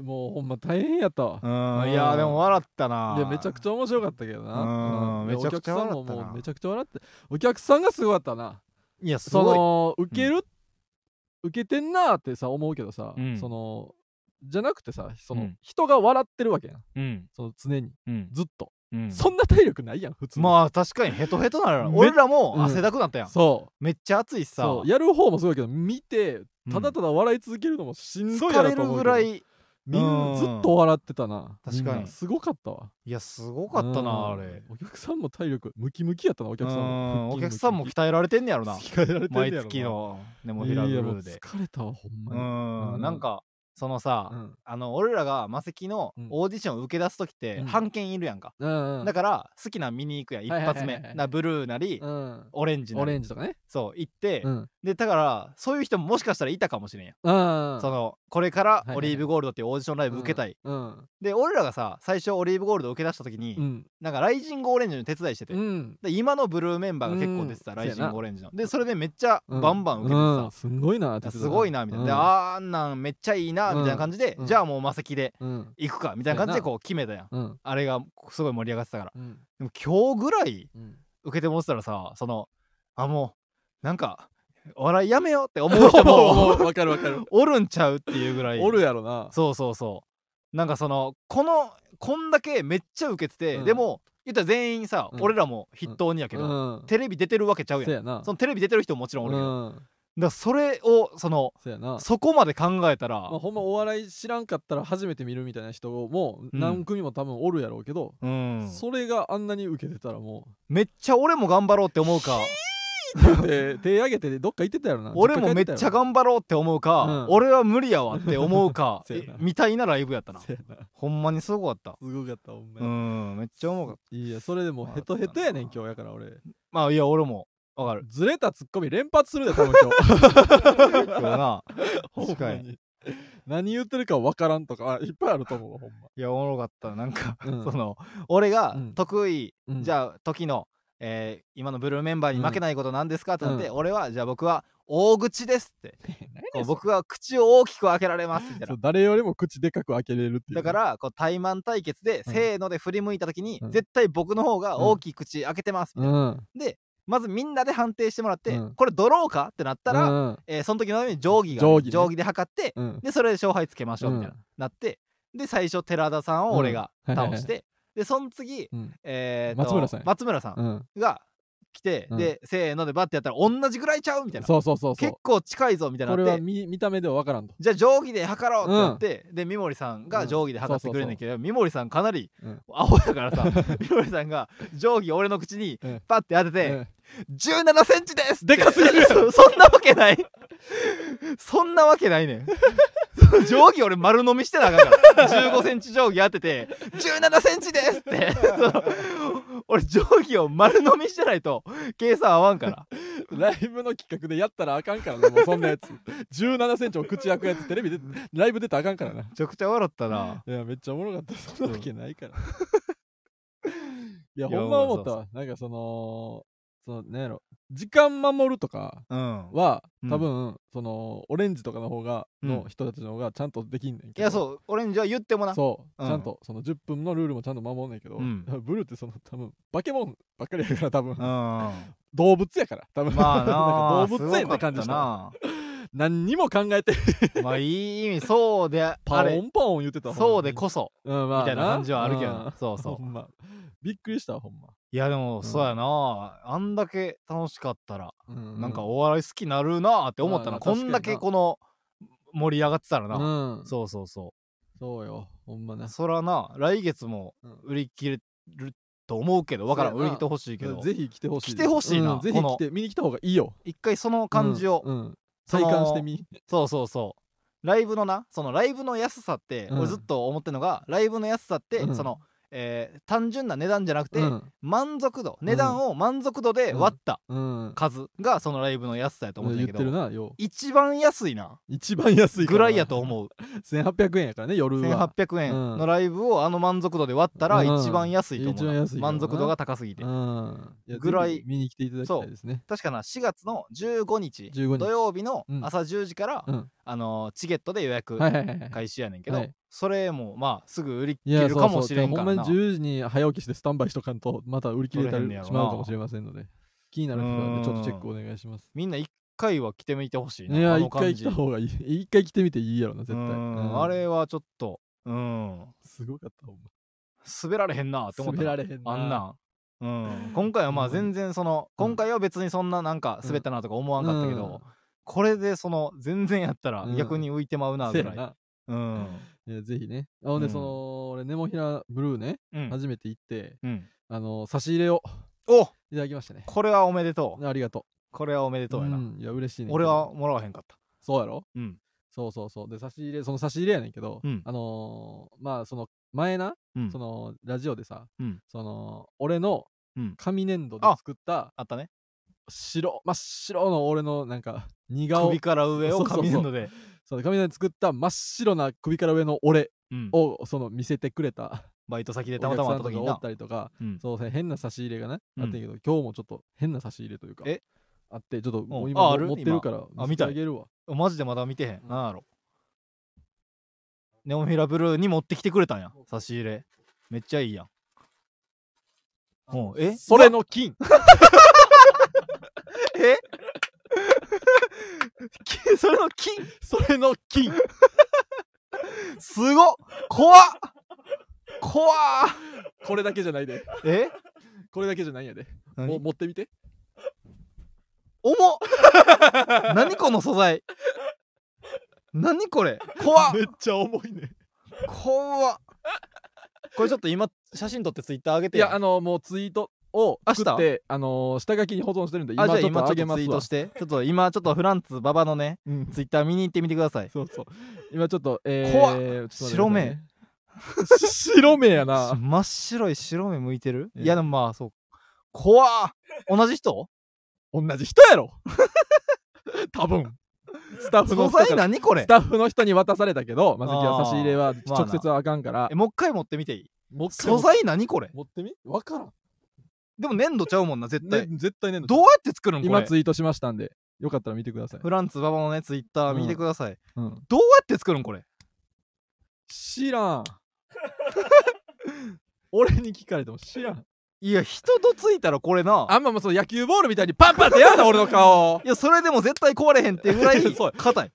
B: もうほんま大変やったわ
A: うーんいやーでも笑ったない
B: やめちゃくちゃ面白かったけどな
A: うん
B: で
A: めちゃくちゃ
B: お客さん
A: 笑
B: も
A: ったな
B: もうめちゃくちゃ笑ってお客さんがすごかったない
A: やす
B: そ
A: ごい
B: の受ける、受けてんなーってさ思うけどさ、
A: うん
B: そのじゃなくてさその、
A: うん
B: 人が笑ってるわけやん
A: うん
B: その常に
A: うん
B: ずっと、
A: うん
B: そんな体力ないやん普通
A: まあ確かにヘトヘトなのよ
B: め
A: 俺らも汗だくなったやん
B: そう
A: めっちゃ暑いしさ
B: そうやる方もすごいけど見て
A: うん
B: ただただ笑い続けるのもしんどいや
A: 疲
B: ろ
A: れ
B: と
A: る
B: 思う
A: ぐ
B: けど
A: らいい
B: みん
A: うん
B: ずっと笑ってたな
A: 確かに
B: みんなすごかったわ
A: やすごかったなあ
B: うん
A: れ
B: お客さんも体力ムキムキやったなお客さん
A: うん
B: も
A: お客さんも鍛えられてんねやろな
B: *laughs* 鍛えられてんねやろ
A: 毎
B: な
A: 月のネモフ
B: い
A: ィラブ
B: や
A: ル
B: もう
A: ーで
B: 疲れたわほん
A: う
B: ま
A: ん
B: うん
A: なんかそのさ
B: にうん
A: あの俺らがマセキの
B: うん
A: オーディションを受け出す時って
B: うん
A: 半券いるやんか
B: うんうん
A: だから好きなん見に行くやん一
B: はいはいはいは
A: 発
B: い
A: 目なブルーなり
B: うん
A: オレンジな
B: オレ
A: り
B: ンジとかね
A: そう行って
B: うん
A: でだからそういう人ももしかしたらいたかもしれんやん
B: うん
A: そのこれか
B: は
A: ら
B: いはい
A: オリーブゴールドっていうオーディションライブ受けたい
B: うん
A: で俺らがさ最初オリーブゴールド受け出した時に
B: うん
A: なんかライジングオレンジの手伝いしてて
B: うん
A: で今のブルーメンバーが結構出てた
B: うん
A: ライジングオレンジのでそれでめっちゃ
B: うん
A: バンバン受けて
B: う
A: さ
B: んすごいなって言ってた
A: すごいなみたいなであんなんめっちゃいいなみたいな感じで
B: うん
A: じゃあもうマセキで
B: うんうん
A: 行くかみたいな感じでこう決めたやん
B: うん
A: あれがすごい盛り上がってたから
B: うん
A: でも今日ぐらい
B: うん
A: 受けてもらってたらさそのあもうなんかお笑いやめようって思う人 *laughs*
B: *laughs*
A: も
B: わかるわかる
A: *laughs* おるんちゃうっていうぐらい
B: おるやろな
A: そうそうそうなんかそのこのこんだけめっちゃ受けてて、
B: うん
A: でも言ったら全員さ、
B: うん
A: 俺らも筆頭にやけど、
B: うん
A: テレビ出てるわけちゃうやん、
B: せやな
A: そのテレビ出てる人ももちろんおるけど、だか
B: うん
A: らそれをその
B: せやな
A: そこまで考えたら
B: まあ、ほんまお笑い知らんかったら初めて見るみたいな人も何組も多分おるやろうけど、
A: うん、
B: それがあんなに受けてたらも
A: めっちゃ俺も頑張ろうって思うか
B: *laughs* う手手挙げてどっか行ってたやろな
A: 俺もめっちゃ頑張ろうって思うか、
B: うん
A: 俺は無理やわって思うか
B: *laughs* せやな
A: えみたいなライブやったな
B: 張ったな
A: ほんまにすごかった
B: すごかったほんま
A: う
B: に、
A: んめっちゃ思うかった
B: いやそれでもうヘトヘトやねん今日やから俺
A: まあいや俺もわ
B: *laughs*
A: かる
B: ずれたツッコミ連発するで多分 *laughs* 今
A: 今日な確
B: 日ほん
A: か
B: ま
A: に
B: に何言ってるか分からんとかあいっぱいあると思うわほんま
A: いやおもろかったなんか、
B: うん
A: その俺が
B: うん
A: 得意、、
B: うん
A: じゃあ時の、えー今のブルーメンバーに負けないことなんですかってなって、
B: う
A: 俺はじゃあ僕は大口です
B: *laughs*
A: ってこう僕は口を大きく開けられますみたい
B: そ
A: な
B: う誰よりも口でかく開けれるっていう
A: だ
B: ね、
A: からこう対マン対決で、
B: うん
A: せーので振り向いた時に、
B: うん
A: 絶対僕の方が大きい口開けてますみたいな、
B: うん
A: まずみんなで判定してもらって、
B: うん
A: これドローかってなったら、
B: うん
A: えーその時のために定規がある
B: 定規ね
A: 定規で測って
B: うん
A: でそれで勝敗つけましょうみたいな、
B: う
A: なってで最初寺田さんを俺が
B: うん
A: 倒して、
B: *laughs*
A: でその次、
B: うん
A: えーと
B: 松村さんや
A: 松村さん
B: うん
A: が来て、
B: うん
A: でせーのでバッてやったら同じぐらいちゃうみたいな
B: そうそうそうそう
A: 結構近いぞみたい
B: こ
A: に
B: れ
A: なっ
B: は
A: て
B: 見見た目では分からんと
A: じゃあ定規で測ろうってなって、で三森さん
B: う
A: が
B: ん
A: 定規で測ってくれるんだけど、三森さんかなり
B: うん
A: アホやからさ三森さんが定規を俺の口に
B: うん
A: パッて当てて、
B: うん
A: 1 7ンチです
B: でかすぎる
A: そそんなわけないそんなわけないねん定規俺丸飲みしてなあかんから1 5ンチ定規当てて1 7ンチですってその俺定規を丸飲みしてないと計算合わんから
B: ライブの企画でやったらあかんからなもうそん
A: *laughs*
B: なやつ1 7ンチを口開くやつテレビでライブ出たらあかんから
A: め
B: な
A: ちゃくちゃ笑ったない
B: やめっちゃおもろかったそんなわけないからいや
A: いや
B: ほんま思った
A: ま
B: わなんかそのそのなんやろ時間守るとか
A: うん
B: は
A: うん
B: 多分、そのオレンジとかの方が
A: うん
B: の人たちの方がちゃんとできんねん
A: い
B: けど、
A: やそう俺にじゃあ言ってもな
B: そう、
A: うん
B: ちゃんとその10分のルールもちゃんと守んねんけど、
A: うん
B: ブルーってその多分バケモンばっかりやから多分
A: うんま
B: 動物やから多分、
A: あな
B: *laughs* な
A: あ
B: んか動物園って感じ
A: す
B: し
A: ご
B: たわ
A: かっ
B: 何にも考えて
A: たなまあいい意味そうであ
B: パオ
A: れ
B: ンパオン言ってた
A: そうでこ
B: そ、
A: そ
B: うんまあ
A: みたいな感じはあるけど
B: うん
A: なそうそう
B: ほんまびっくりしたわほんま、
A: いやでも
B: ん
A: そうやな、あんだけ楽しかったら、
B: うう
A: なんかお笑い好きなるなって思った
B: ま
A: な、
B: あ
A: こんだけ
B: 確か
A: この盛り上がってたらな、
B: うん、そ
A: そうそうそう
B: よほんま
A: う
B: な
A: そらな来月も
B: うん
A: 売り切れると思うけどわからん
B: そうやな
A: 売り切ってほしいけど
B: ぜひ来てほしい
A: 来てほしいな
B: うんぜひ
A: この
B: 来て見に来た方がいいよ
A: 一回その感じを、
B: うんうん
A: そ
B: 体
A: の
B: 感してみ
A: そうそうそうライブのなそのライブの安さって、
B: うん
A: 俺ずっと思ってるのがライブの安さって、
B: うん
A: その、えー単純な値段じゃなくて、
B: うん
A: 満足度値段を満足度で割った
B: うん
A: 数がそのライブの安さやと思って
B: 言
A: る
B: っ
A: け
B: て
A: ど、
B: るなよ
A: 一番安いな
B: う一番安いから
A: ぐ
B: な
A: らいやと思う
B: 1800円やからね夜は
A: 1800円
B: うん
A: のライブをあの満足度で割ったら
B: うん
A: 一番安いと思う
B: 一番
A: な、
B: 安いからな
A: 満足度が高すぎて、
B: うんや
A: ぐらい
B: ぜひ見に来ていただきたいですね
A: 確かな4月の15日
B: 15日
A: 土曜日の
B: うん
A: 朝10時から、
B: うん
A: あのーチケットで予約
B: はいはいはいはい
A: 開始やねんけど、
B: はい
A: それもまあすぐ売り
B: い
A: 切
B: や
A: れるかもしれんから
B: そう
A: な
B: そうほんまに10時に早起きしてスタンバイしとかんとまた売り切れた
A: 取れへん
B: り
A: ねやろな
B: しまうかもしれませんので気になる人はねちょっとチェックお願いします
A: みんな一回は来てみてほしい
B: い
A: な
B: や
A: あ
B: 一
A: の
B: 回
A: 感
B: 来
A: じ
B: た方がいい一回来てみていいやろな絶対
A: うん
B: うん
A: あれはちょっとうん
B: すごかったほんま
A: 滑られへんなって思った
B: 滑られへんな
A: あんなんうん、今回はまあ
B: ほんま
A: 全
B: に
A: 然その、
B: うん
A: 今回は別にそんななんか滑ったなとか思わんかったけど、これでその全然やったら
B: うん
A: 逆に浮いてまう
B: うん
A: な
B: せ
A: ぐら
B: や
A: い、
B: な
A: うん
B: いやぜひねあほんで
A: うん
B: その俺ネモフィラブルーね
A: うん
B: 初めて行って
A: うん
B: あの差し入れを
A: お
B: いただきましたね
A: これはおめでとう
B: ありがと
A: これはおめで
B: う
A: とうやな、
B: んいや嬉しいねんけど
A: 俺はもらわへんかった
B: そうやろ
A: うん
B: そうそうそうで差し入れその差し入れやねんけど
A: うん
B: あのーまあその前な
A: うん
B: そのラジオでさ、
A: うん
B: その俺の
A: うん
B: 紙粘土で
A: あ
B: 作った
A: あったね
B: 白真っ白の俺のなんか似顔
A: 首から上を紙粘土で
B: その紙粘土で作った真っ白な首から上の俺
A: うん
B: をその見せてくれた
A: バイト先
B: お
A: でたま
B: 客
A: たま会
B: さ
A: っ
B: ん
A: た
B: と
A: 時
B: か
A: に
B: お
A: な
B: っ、たりとか
A: うん
B: そうね変な差し入れがね、
A: うん
B: あったけど今日もちょっと変な差し入れというか
A: え
B: あってちょっとも
A: う
B: うん今
A: あある
B: 持ってるから
A: 今あ
B: 見せてあげるわ
A: マジでまだ見てへん
B: うん
A: なんやろネオンフィラブルーに持ってきてくれたんや差し入れめっちゃいいやんもうえ
B: それの金
A: えきそれの金
B: *laughs* それの金
A: すごっ怖っ怖っ
B: これだけじゃないで
A: え
B: これだけじゃないんやでもう
A: 何
B: 持ってみて
A: 重っ *laughs* 何この素材何これ怖っ
B: めっちゃ重いね
A: 怖っこれちょっと今写真撮ってツイッター上げて
B: い
A: よ
B: やあのもうツイートを作ってあのー下書きに保存してるんで今
A: あじ
B: ちょ
A: ゃ
B: っ
A: あ
B: と
A: 今ちょ
B: 上
A: っ
B: げ
A: と
B: ま
A: ツイー
B: すわ
A: トしてちょっと今ちょっとフランツ馬場のね
B: うん
A: ツイッター見に行ってみてください
B: そうそう今ちょっとえー、
A: 怖っ
B: ちょっと
A: 白
B: 待っ
A: 目
B: てくださいね *laughs* 白目やな
A: 真っ白い白目向いてる
B: ええ
A: いやでもまあそう怖っ同じ
B: *laughs*
A: 人
B: 同じ人や *laughs* ろ多分スタッフの
A: 素
B: 人か
A: 材
B: ら
A: 何これ
B: スタッフの人に渡されたけどまさき
A: あ
B: は
A: ー
B: 差し入れは
A: まあな
B: 直接はあかんから、
A: えもう一回持ってみていい
B: もう一回
A: 素材何これ
B: 持ってみわからん、
A: でも粘土ちゃうもんな絶対
B: ね、絶対ね
A: どうやって作るんこれ
B: 今ツイートしましたんでよかったら見てください、
A: フランツ馬場のねツイッター
B: うん
A: 見てください、
B: うん、
A: どうやって作るんこれ
B: 知
A: *laughs*
B: らん俺に聞かれても知らん
A: いや人とついたらこれな
B: あんまもうその野球ボールみたいにパンパンってやだ俺の顔
A: いやそれでも絶対壊れへんっていうぐらい
B: *laughs* そう
A: 硬い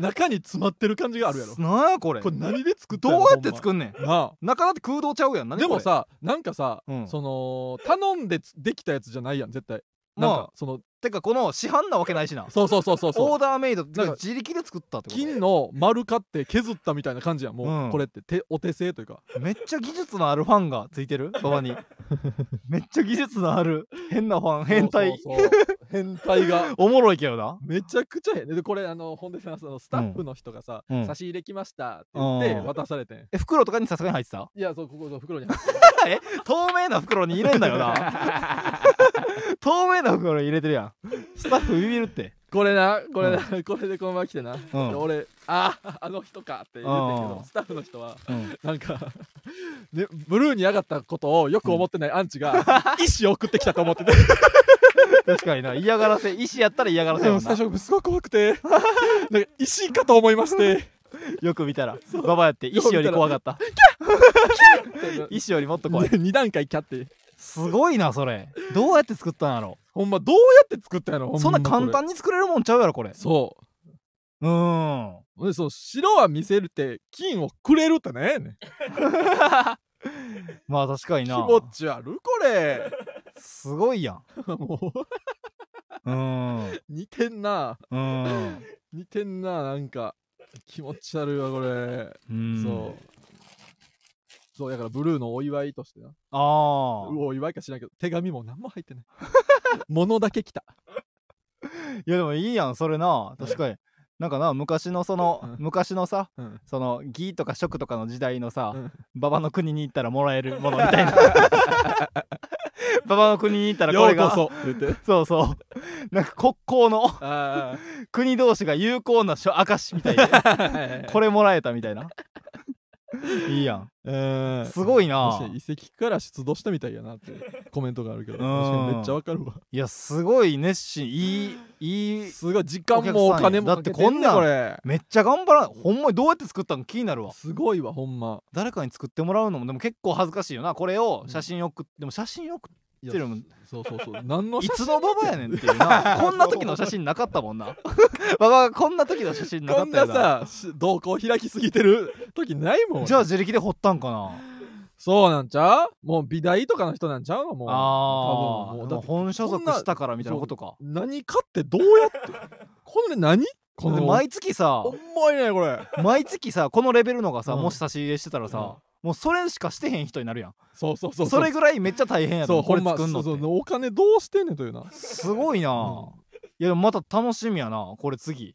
B: 中に詰まってる感じがあるやろ
A: なあやこれ
B: これ何で作った
A: どう
B: の
A: やって作んねん
B: ほんまな
A: 中だって空洞ちゃうやん
B: あ
A: 何
B: でも
A: これ
B: さなんかさ、
A: うん
B: その頼んでつできたやつじゃないやん絶対なんか
A: まあ
B: その
A: てかこの市販なわけないしな
B: そうそうそうそうそ
A: オ
B: う
A: ーダーメイドってか
B: なんか
A: 自力で作ったってこと
B: 金の丸買って削ったみたいな感じやんもう、
A: うん
B: これって手お手製というか
A: めっちゃ技術のあるファンがついてる馬場
B: *laughs*
A: にめっちゃ技術のある変なファン変態
B: そうそうそう変
A: *laughs*
B: 態が
A: おもろいけどな
B: めちゃくちゃ変でこれあのほんでさそのスタッフの人がさ、
A: うん
B: 差し入れ来ましたって言って
A: うん
B: 渡されてん
A: え袋とかにさすがに入ってた
B: いやそうここそう袋に入って
A: え透明な袋に入れんだよ *laughs* な透明な袋に入れてるやんスタッフビビるって
B: これなこれな、これでこのまま来てな、
A: うん
B: で俺あああの人かって言ってんけど、
A: うん
B: スタッフの人は
A: うん
B: なんか、 *laughs* ね、ブルーに上がったことをよく思ってないアンチが、意思を送ってきたと思ってて、
A: 確かにな嫌がらせ意思やったら嫌がらせ
B: で
A: やも
B: も
A: んな
B: 最初、すごい怖くて、 *laughs* なんか、石かと思いま *laughs* して、
A: よく見たらババやって意思より怖かった意思よりもっと怖い
B: 2段階キャって、
A: すごいなそれどうやって作ったんやろ
B: ほんま、どうやって作ったんやろ、ほ
A: そん
B: ま
A: な簡
B: これ
A: 単に作れるもんちゃうやろこれ
B: そう
A: ーん
B: う。で、その白は見せるって、金をくれるってね
A: まあ確かに
B: 気
A: な
B: 持ち悪いこれ。 *laughs*
A: すごいやん
B: もう、
A: うーんう
B: 似てんな。
A: ーん
B: 似てんな、なんか。気持ち悪いわ、これ。
A: うん
B: そう。そう、だからブルーのお祝いとしてな。
A: ああ
B: うお祝いか知らんけど手紙も何も入ってない *laughs* 物だけ来た
A: いやでもいいやんそれな確かになんかな昔のその、
B: うん
A: 昔のさ
B: うん
A: その義とか食とかの時代のさ、
B: うん
A: 馬場の国に行ったらもらえるものみた
B: *laughs*
A: いな馬場の国に行ったらこ
B: よ
A: れ
B: うこ
A: が
B: そって言
A: *laughs*
B: って
A: そうそうなんか国交の
B: あ
A: 国同士が友好な証証みたいな
B: あ *laughs*
A: これもらえたみたいないいやん
B: れ
A: すご
B: い
A: いな
B: 遺跡から出土したみたいやなってコメントがあるけ
A: う
B: ど確
A: ん
B: かにめっちゃわかるわ
A: いやすごい熱心いいいい
B: すごい時間もお金も
A: お客さんやだってこんなん
B: かけてねこ
A: めっちゃ頑張らんほんまにどうやって作ったの気になるわ
B: れすごいわほんま
A: 誰かに作ってもらうのもでも結構恥ずかしいよなこれを写真送って、でも写真送っ
B: いや
A: てるもん
B: そうそうそう何の
A: い
B: 写
A: つの
B: 真
A: ババやねんっていう
B: *laughs*
A: なこんな時の写真なかったもんなババがこんな時の写真なか
B: こ
A: っ
B: ん
A: たよ
B: な
A: な
B: さし動向開きすぎてる時ないもん
A: じゃあ自力で掘ったんかな
B: そうなんちゃうもう美大とかの人なんちゃうのもう
A: ああー
B: 多分もう
A: で
B: だ
A: も
B: って
A: 本所属したからみたいなことか
B: 何かってどうやってこれ何こ
A: で
B: の
A: 毎月さ
B: 重いねこれ
A: 毎月さこのレベルのがさ、
B: うん
A: もし差し入れしてたらさ、もうそれしかしてへん人になるやん
B: そうそうそ
A: そう
B: う
A: れぐらいめっちゃ大変や
B: そ
A: と
B: う
A: 思うこ
B: ほ
A: れ
B: んま
A: 作んのっ
B: そう
A: て
B: そうお金どうしてんねんというな
A: すごいな、
B: うん
A: いやでもまた楽しみやなこれ次い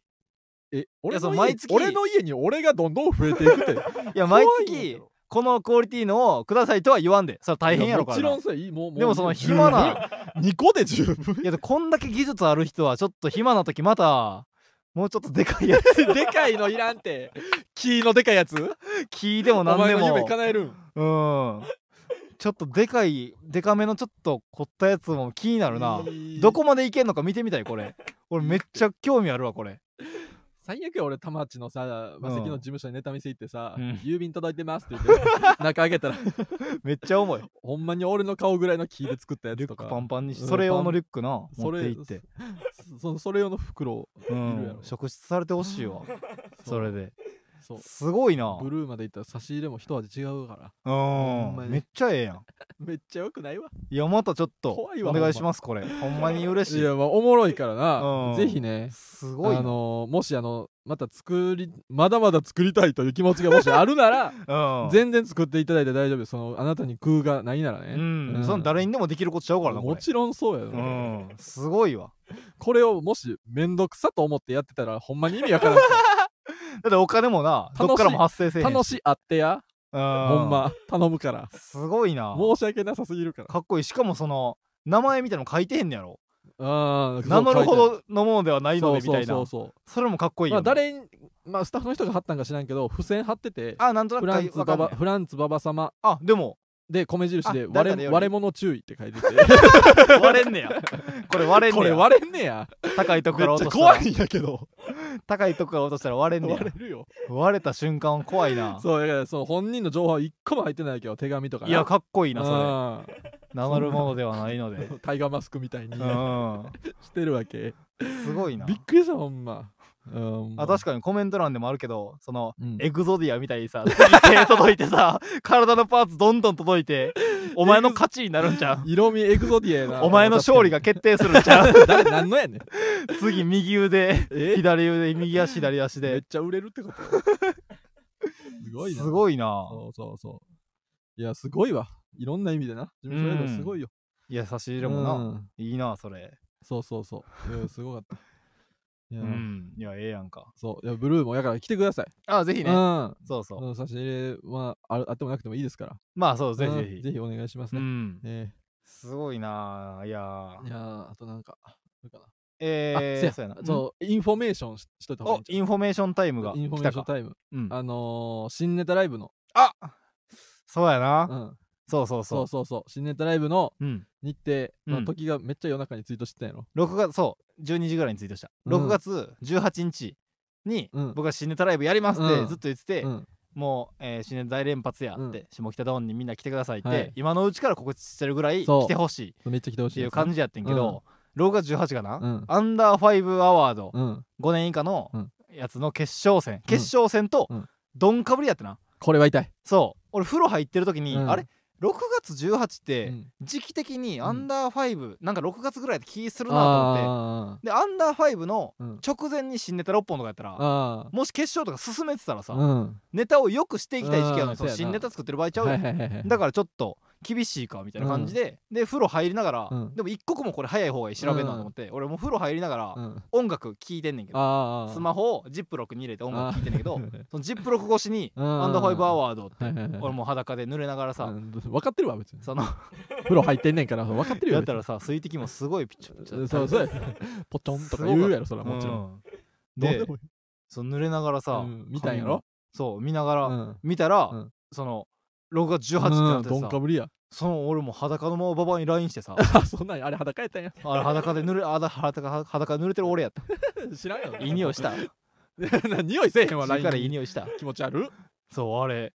B: え俺
A: そ
B: の
A: う
B: 家
A: 毎月
B: 俺の家に俺がどんどん増えていく *laughs* って
A: や
B: 怖
A: 毎
B: いんやけ
A: 月
B: ど
A: このクオリティのをくださいとは言わんでそれ大変やろか
B: い
A: ら
B: もちろ
A: なん
B: さいいもうもう
A: でもその暇な
B: 2個で十分
A: いやでこんだけ技術ある人はちょっと暇な時またもうちょっとでか
B: *laughs*
A: いやつ
B: *laughs* でかいのいらんって木のでかいやつ
A: 聞いても
B: お
A: 何で
B: 前の
A: も
B: 夢叶えるん
A: うんちょっとでかいでかめのちょっと凝ったやつも気になるない
B: い
A: どこまでいけんのか見てみたいこれ俺めっちゃ興味あるわこれ
B: 最悪や俺田町のさ
A: ん
B: マセキの事務所にネタ見せ行ってさ
A: うん
B: 郵便届いてますって言って *laughs* 中あげたら
A: めっちゃ重い
B: ほんまに俺の顔ぐらいの木で作ったや
A: リ
B: つ
A: ュッ
B: と
A: ク
B: か
A: パンパンにし
B: う
A: て
B: ん
A: それ用の
B: パン
A: リュックな持
B: そ
A: っ
B: れ
A: て行って
B: そそれ用の袋を
A: う
B: いるや
A: ん
B: ろ
A: 職質されてほしいわそれで
B: そう
A: すごいな
B: ブルーまで行ったら差し入れも一味違うから
A: う
B: ほんま
A: ん
B: に
A: めっちゃええやん
B: めっちゃよくないわ
A: いやまたちょっと
B: 怖いわ
A: お願いしますこれほんまに嬉
B: い
A: しい
B: やまあおもろいからな、
A: うん
B: ぜひね
A: す
B: あ
A: ごいな
B: のーもしあのまた作りまだまだ作りたいという気持ちが *laughs* もしあるなら
A: うん
B: 全然作っていただいて大丈夫ですそのあなたに空がないならね、
A: う
B: うんん
A: その誰にでもできることちゃうからなこ
B: も
A: れ
B: ちろんそうやろ、
A: うんすごいわ
B: これをもしめんどくさと思ってやってたらほんまに意味
A: *laughs*
B: わからん
A: だってお金もな
B: 楽し
A: ど
B: い
A: っからも発生せえへん
B: 楽しいあってや
A: ほ
B: ほんま頼むから
A: すごいな
B: 申し訳なさすぎるから
A: かっこいいしかもその名前みたいなの書いてへんねやろ
B: あ
A: 名乗るほどのものではないのでみたい
B: そ
A: な
B: うそうそう
A: それもかっこいい
B: ま
A: よ
B: あ、
A: ね
B: 誰に、まあ、スタッフの人が貼ったんか知らんけど付箋貼ってて
A: あなんと
B: フ
A: な
B: ラ
A: く
B: ンツ
A: 書いわか
B: バ
A: んな
B: バ
A: い
B: フランツババ様
A: あでも
B: で米印で
A: あ
B: 割
A: 誰々
B: れ
A: より
B: 割れ物注意って書いてて
A: *laughs* 割れんねや *laughs* これ割れんねや
B: これ割れんねや
A: 高いとこ
B: め
A: から
B: っ
A: 落
B: ち
A: と
B: ゃ
A: した
B: 怖
A: ら
B: いんやけど
A: 高いとこから落としたら割れんねや
B: 割れるよ
A: 割れた瞬間怖いな
B: そうだからその本人の情報は一個も入ってないけど手紙とかない
A: やかっこいいなそ
B: うん
A: れ名乗るものではないので
B: タイガーマスクみたいに
A: うん
B: してるわけ
A: すごいな
B: びっくりしたほんまうん
A: あ確かにコメント欄でもあるけどその
B: うん
A: エグゾディアみたいにさ次手届いてさ *laughs* 体のパーツどんどん届いてお前の勝ちになるんちゃう
B: 色味エグゾディエな
A: お前の勝利が決定するんちゃう
B: *laughs*
A: *laughs*
B: 誰何のやねん
A: 次右腕
B: え
A: 左腕右足左足
B: めっ
A: で
B: ちゃ売れるっ
A: *laughs*
B: てことすごいな
A: すごいな
B: そうそうそういやすごいわいろんな意味でな自分それぞれすごいよ、
A: いや差し入れもな、
B: うん
A: いいなそれ
B: そうそうそういやすごかったいや、
A: うんいやええやんか
B: そういやブルーもやから来てください
A: あぜひね、
B: うん
A: そうそう、
B: うん差し入れはあるあってもなくてもいいですから
A: まあそうぜひぜ
B: うん
A: ひ
B: ぜひお願いします
A: う
B: ね、
A: ん
B: え
A: すごいないやー
B: えいやーあとなんかあるかな
A: えー、
B: あせや
A: ん
B: そうインフォメーションししといた方がい
A: お
B: いんちゃう
A: インフォメーションタイムが
B: インフォ
A: 来
B: メー
A: た
B: ション
A: か
B: タイム
A: うん
B: あのー、新ネタライブの、
A: あそうやな、
B: うん、
A: そうそうそ
B: そううそうそう新ネタライブの
A: うん
B: 日程
A: う
B: の
A: ん
B: 時がめっちゃ夜中にツイートしてたんやろ、
A: 6月そう12時ぐらいにツイートした
B: う
A: 6
B: ん
A: 月18日に、
B: うん
A: 僕は新ネタライブやりますって
B: うん
A: ずっと言ってて、
B: うん
A: もう、えー、新ネタ大連発やって、
B: うん
A: 下北ドンにみんな来てくださいって、
B: はい
A: 今のうちから告知してるぐらい
B: そう
A: 来てほしい
B: めっちゃ来てほ
A: っ
B: してい
A: い
B: で
A: う
B: すね
A: 感じやってんけど、6月18かな、
B: うん
A: アンダー5アワード
B: うん、
A: 5年以下の
B: うん
A: やつの決勝戦、決勝戦と
B: うん
A: ドンかぶりやってな
B: これは痛い、
A: そう俺風呂入ってる時に、
B: うん
A: あれ6月18っ
B: う
A: て
B: ん、
A: 時期的に
B: ん
A: アンダー5、なんか6月ぐらいで気するなと思って
B: あ
A: でアンダー5の
B: ーうん
A: 直前に新ネタ6本とかやったら
B: あ
A: もし決勝とか進めてたらさ、
B: ーうん
A: ネタをよくしていきたい時期やの
B: うん
A: にその
B: そうやな
A: 新ネタ作ってる場合ちゃう
B: は
A: や
B: い
A: ん
B: はいはいはい
A: だからちょっと厳しいかみたいな感じで、で風呂入りながら、
B: うん
A: でも一刻もこれ早い方がいい調べるなと思って、俺もう風呂入りながら
B: うん、あ
A: 音楽聴いてんねんけど、
B: あー
A: スマホをジップロックに入れて音楽聴いてんねんけど
B: あー
A: そのジップロック越しに「
B: うん
A: アンダーファイブアワード」って、
B: はいはいはい
A: 俺もう裸で濡れながらさ、
B: うん分かってるわ別に
A: その
B: 風呂入ってんねんから分かってる
A: や
B: よ
A: ったら
B: 別
A: さ水滴もすごいピッチャピチ
B: に
A: ャ
B: そうそうやポチョンとか言うやろそれはもちろん、
A: ん、
B: どう
A: で
B: もいい
A: その濡れながらさ、
B: うん見たんやろ
A: そう見ながら、
B: うん
A: 見たら、
B: うん
A: その6月18ってなって
B: うん、
A: さ、
B: どんかぶりや *laughs*
A: その俺も裸のままババアに LINE してさ
B: あそんなんやあれ裸やったんや *laughs*
A: あれ裸で濡れあだ裸裸で濡れてる俺やった
B: 知らんやろ
A: いい匂いした
B: *laughs* 匂いせえ
A: *laughs*
B: へんわ
A: だ
B: LINE
A: からいい匂いした
B: 気持ち悪
A: そうあれ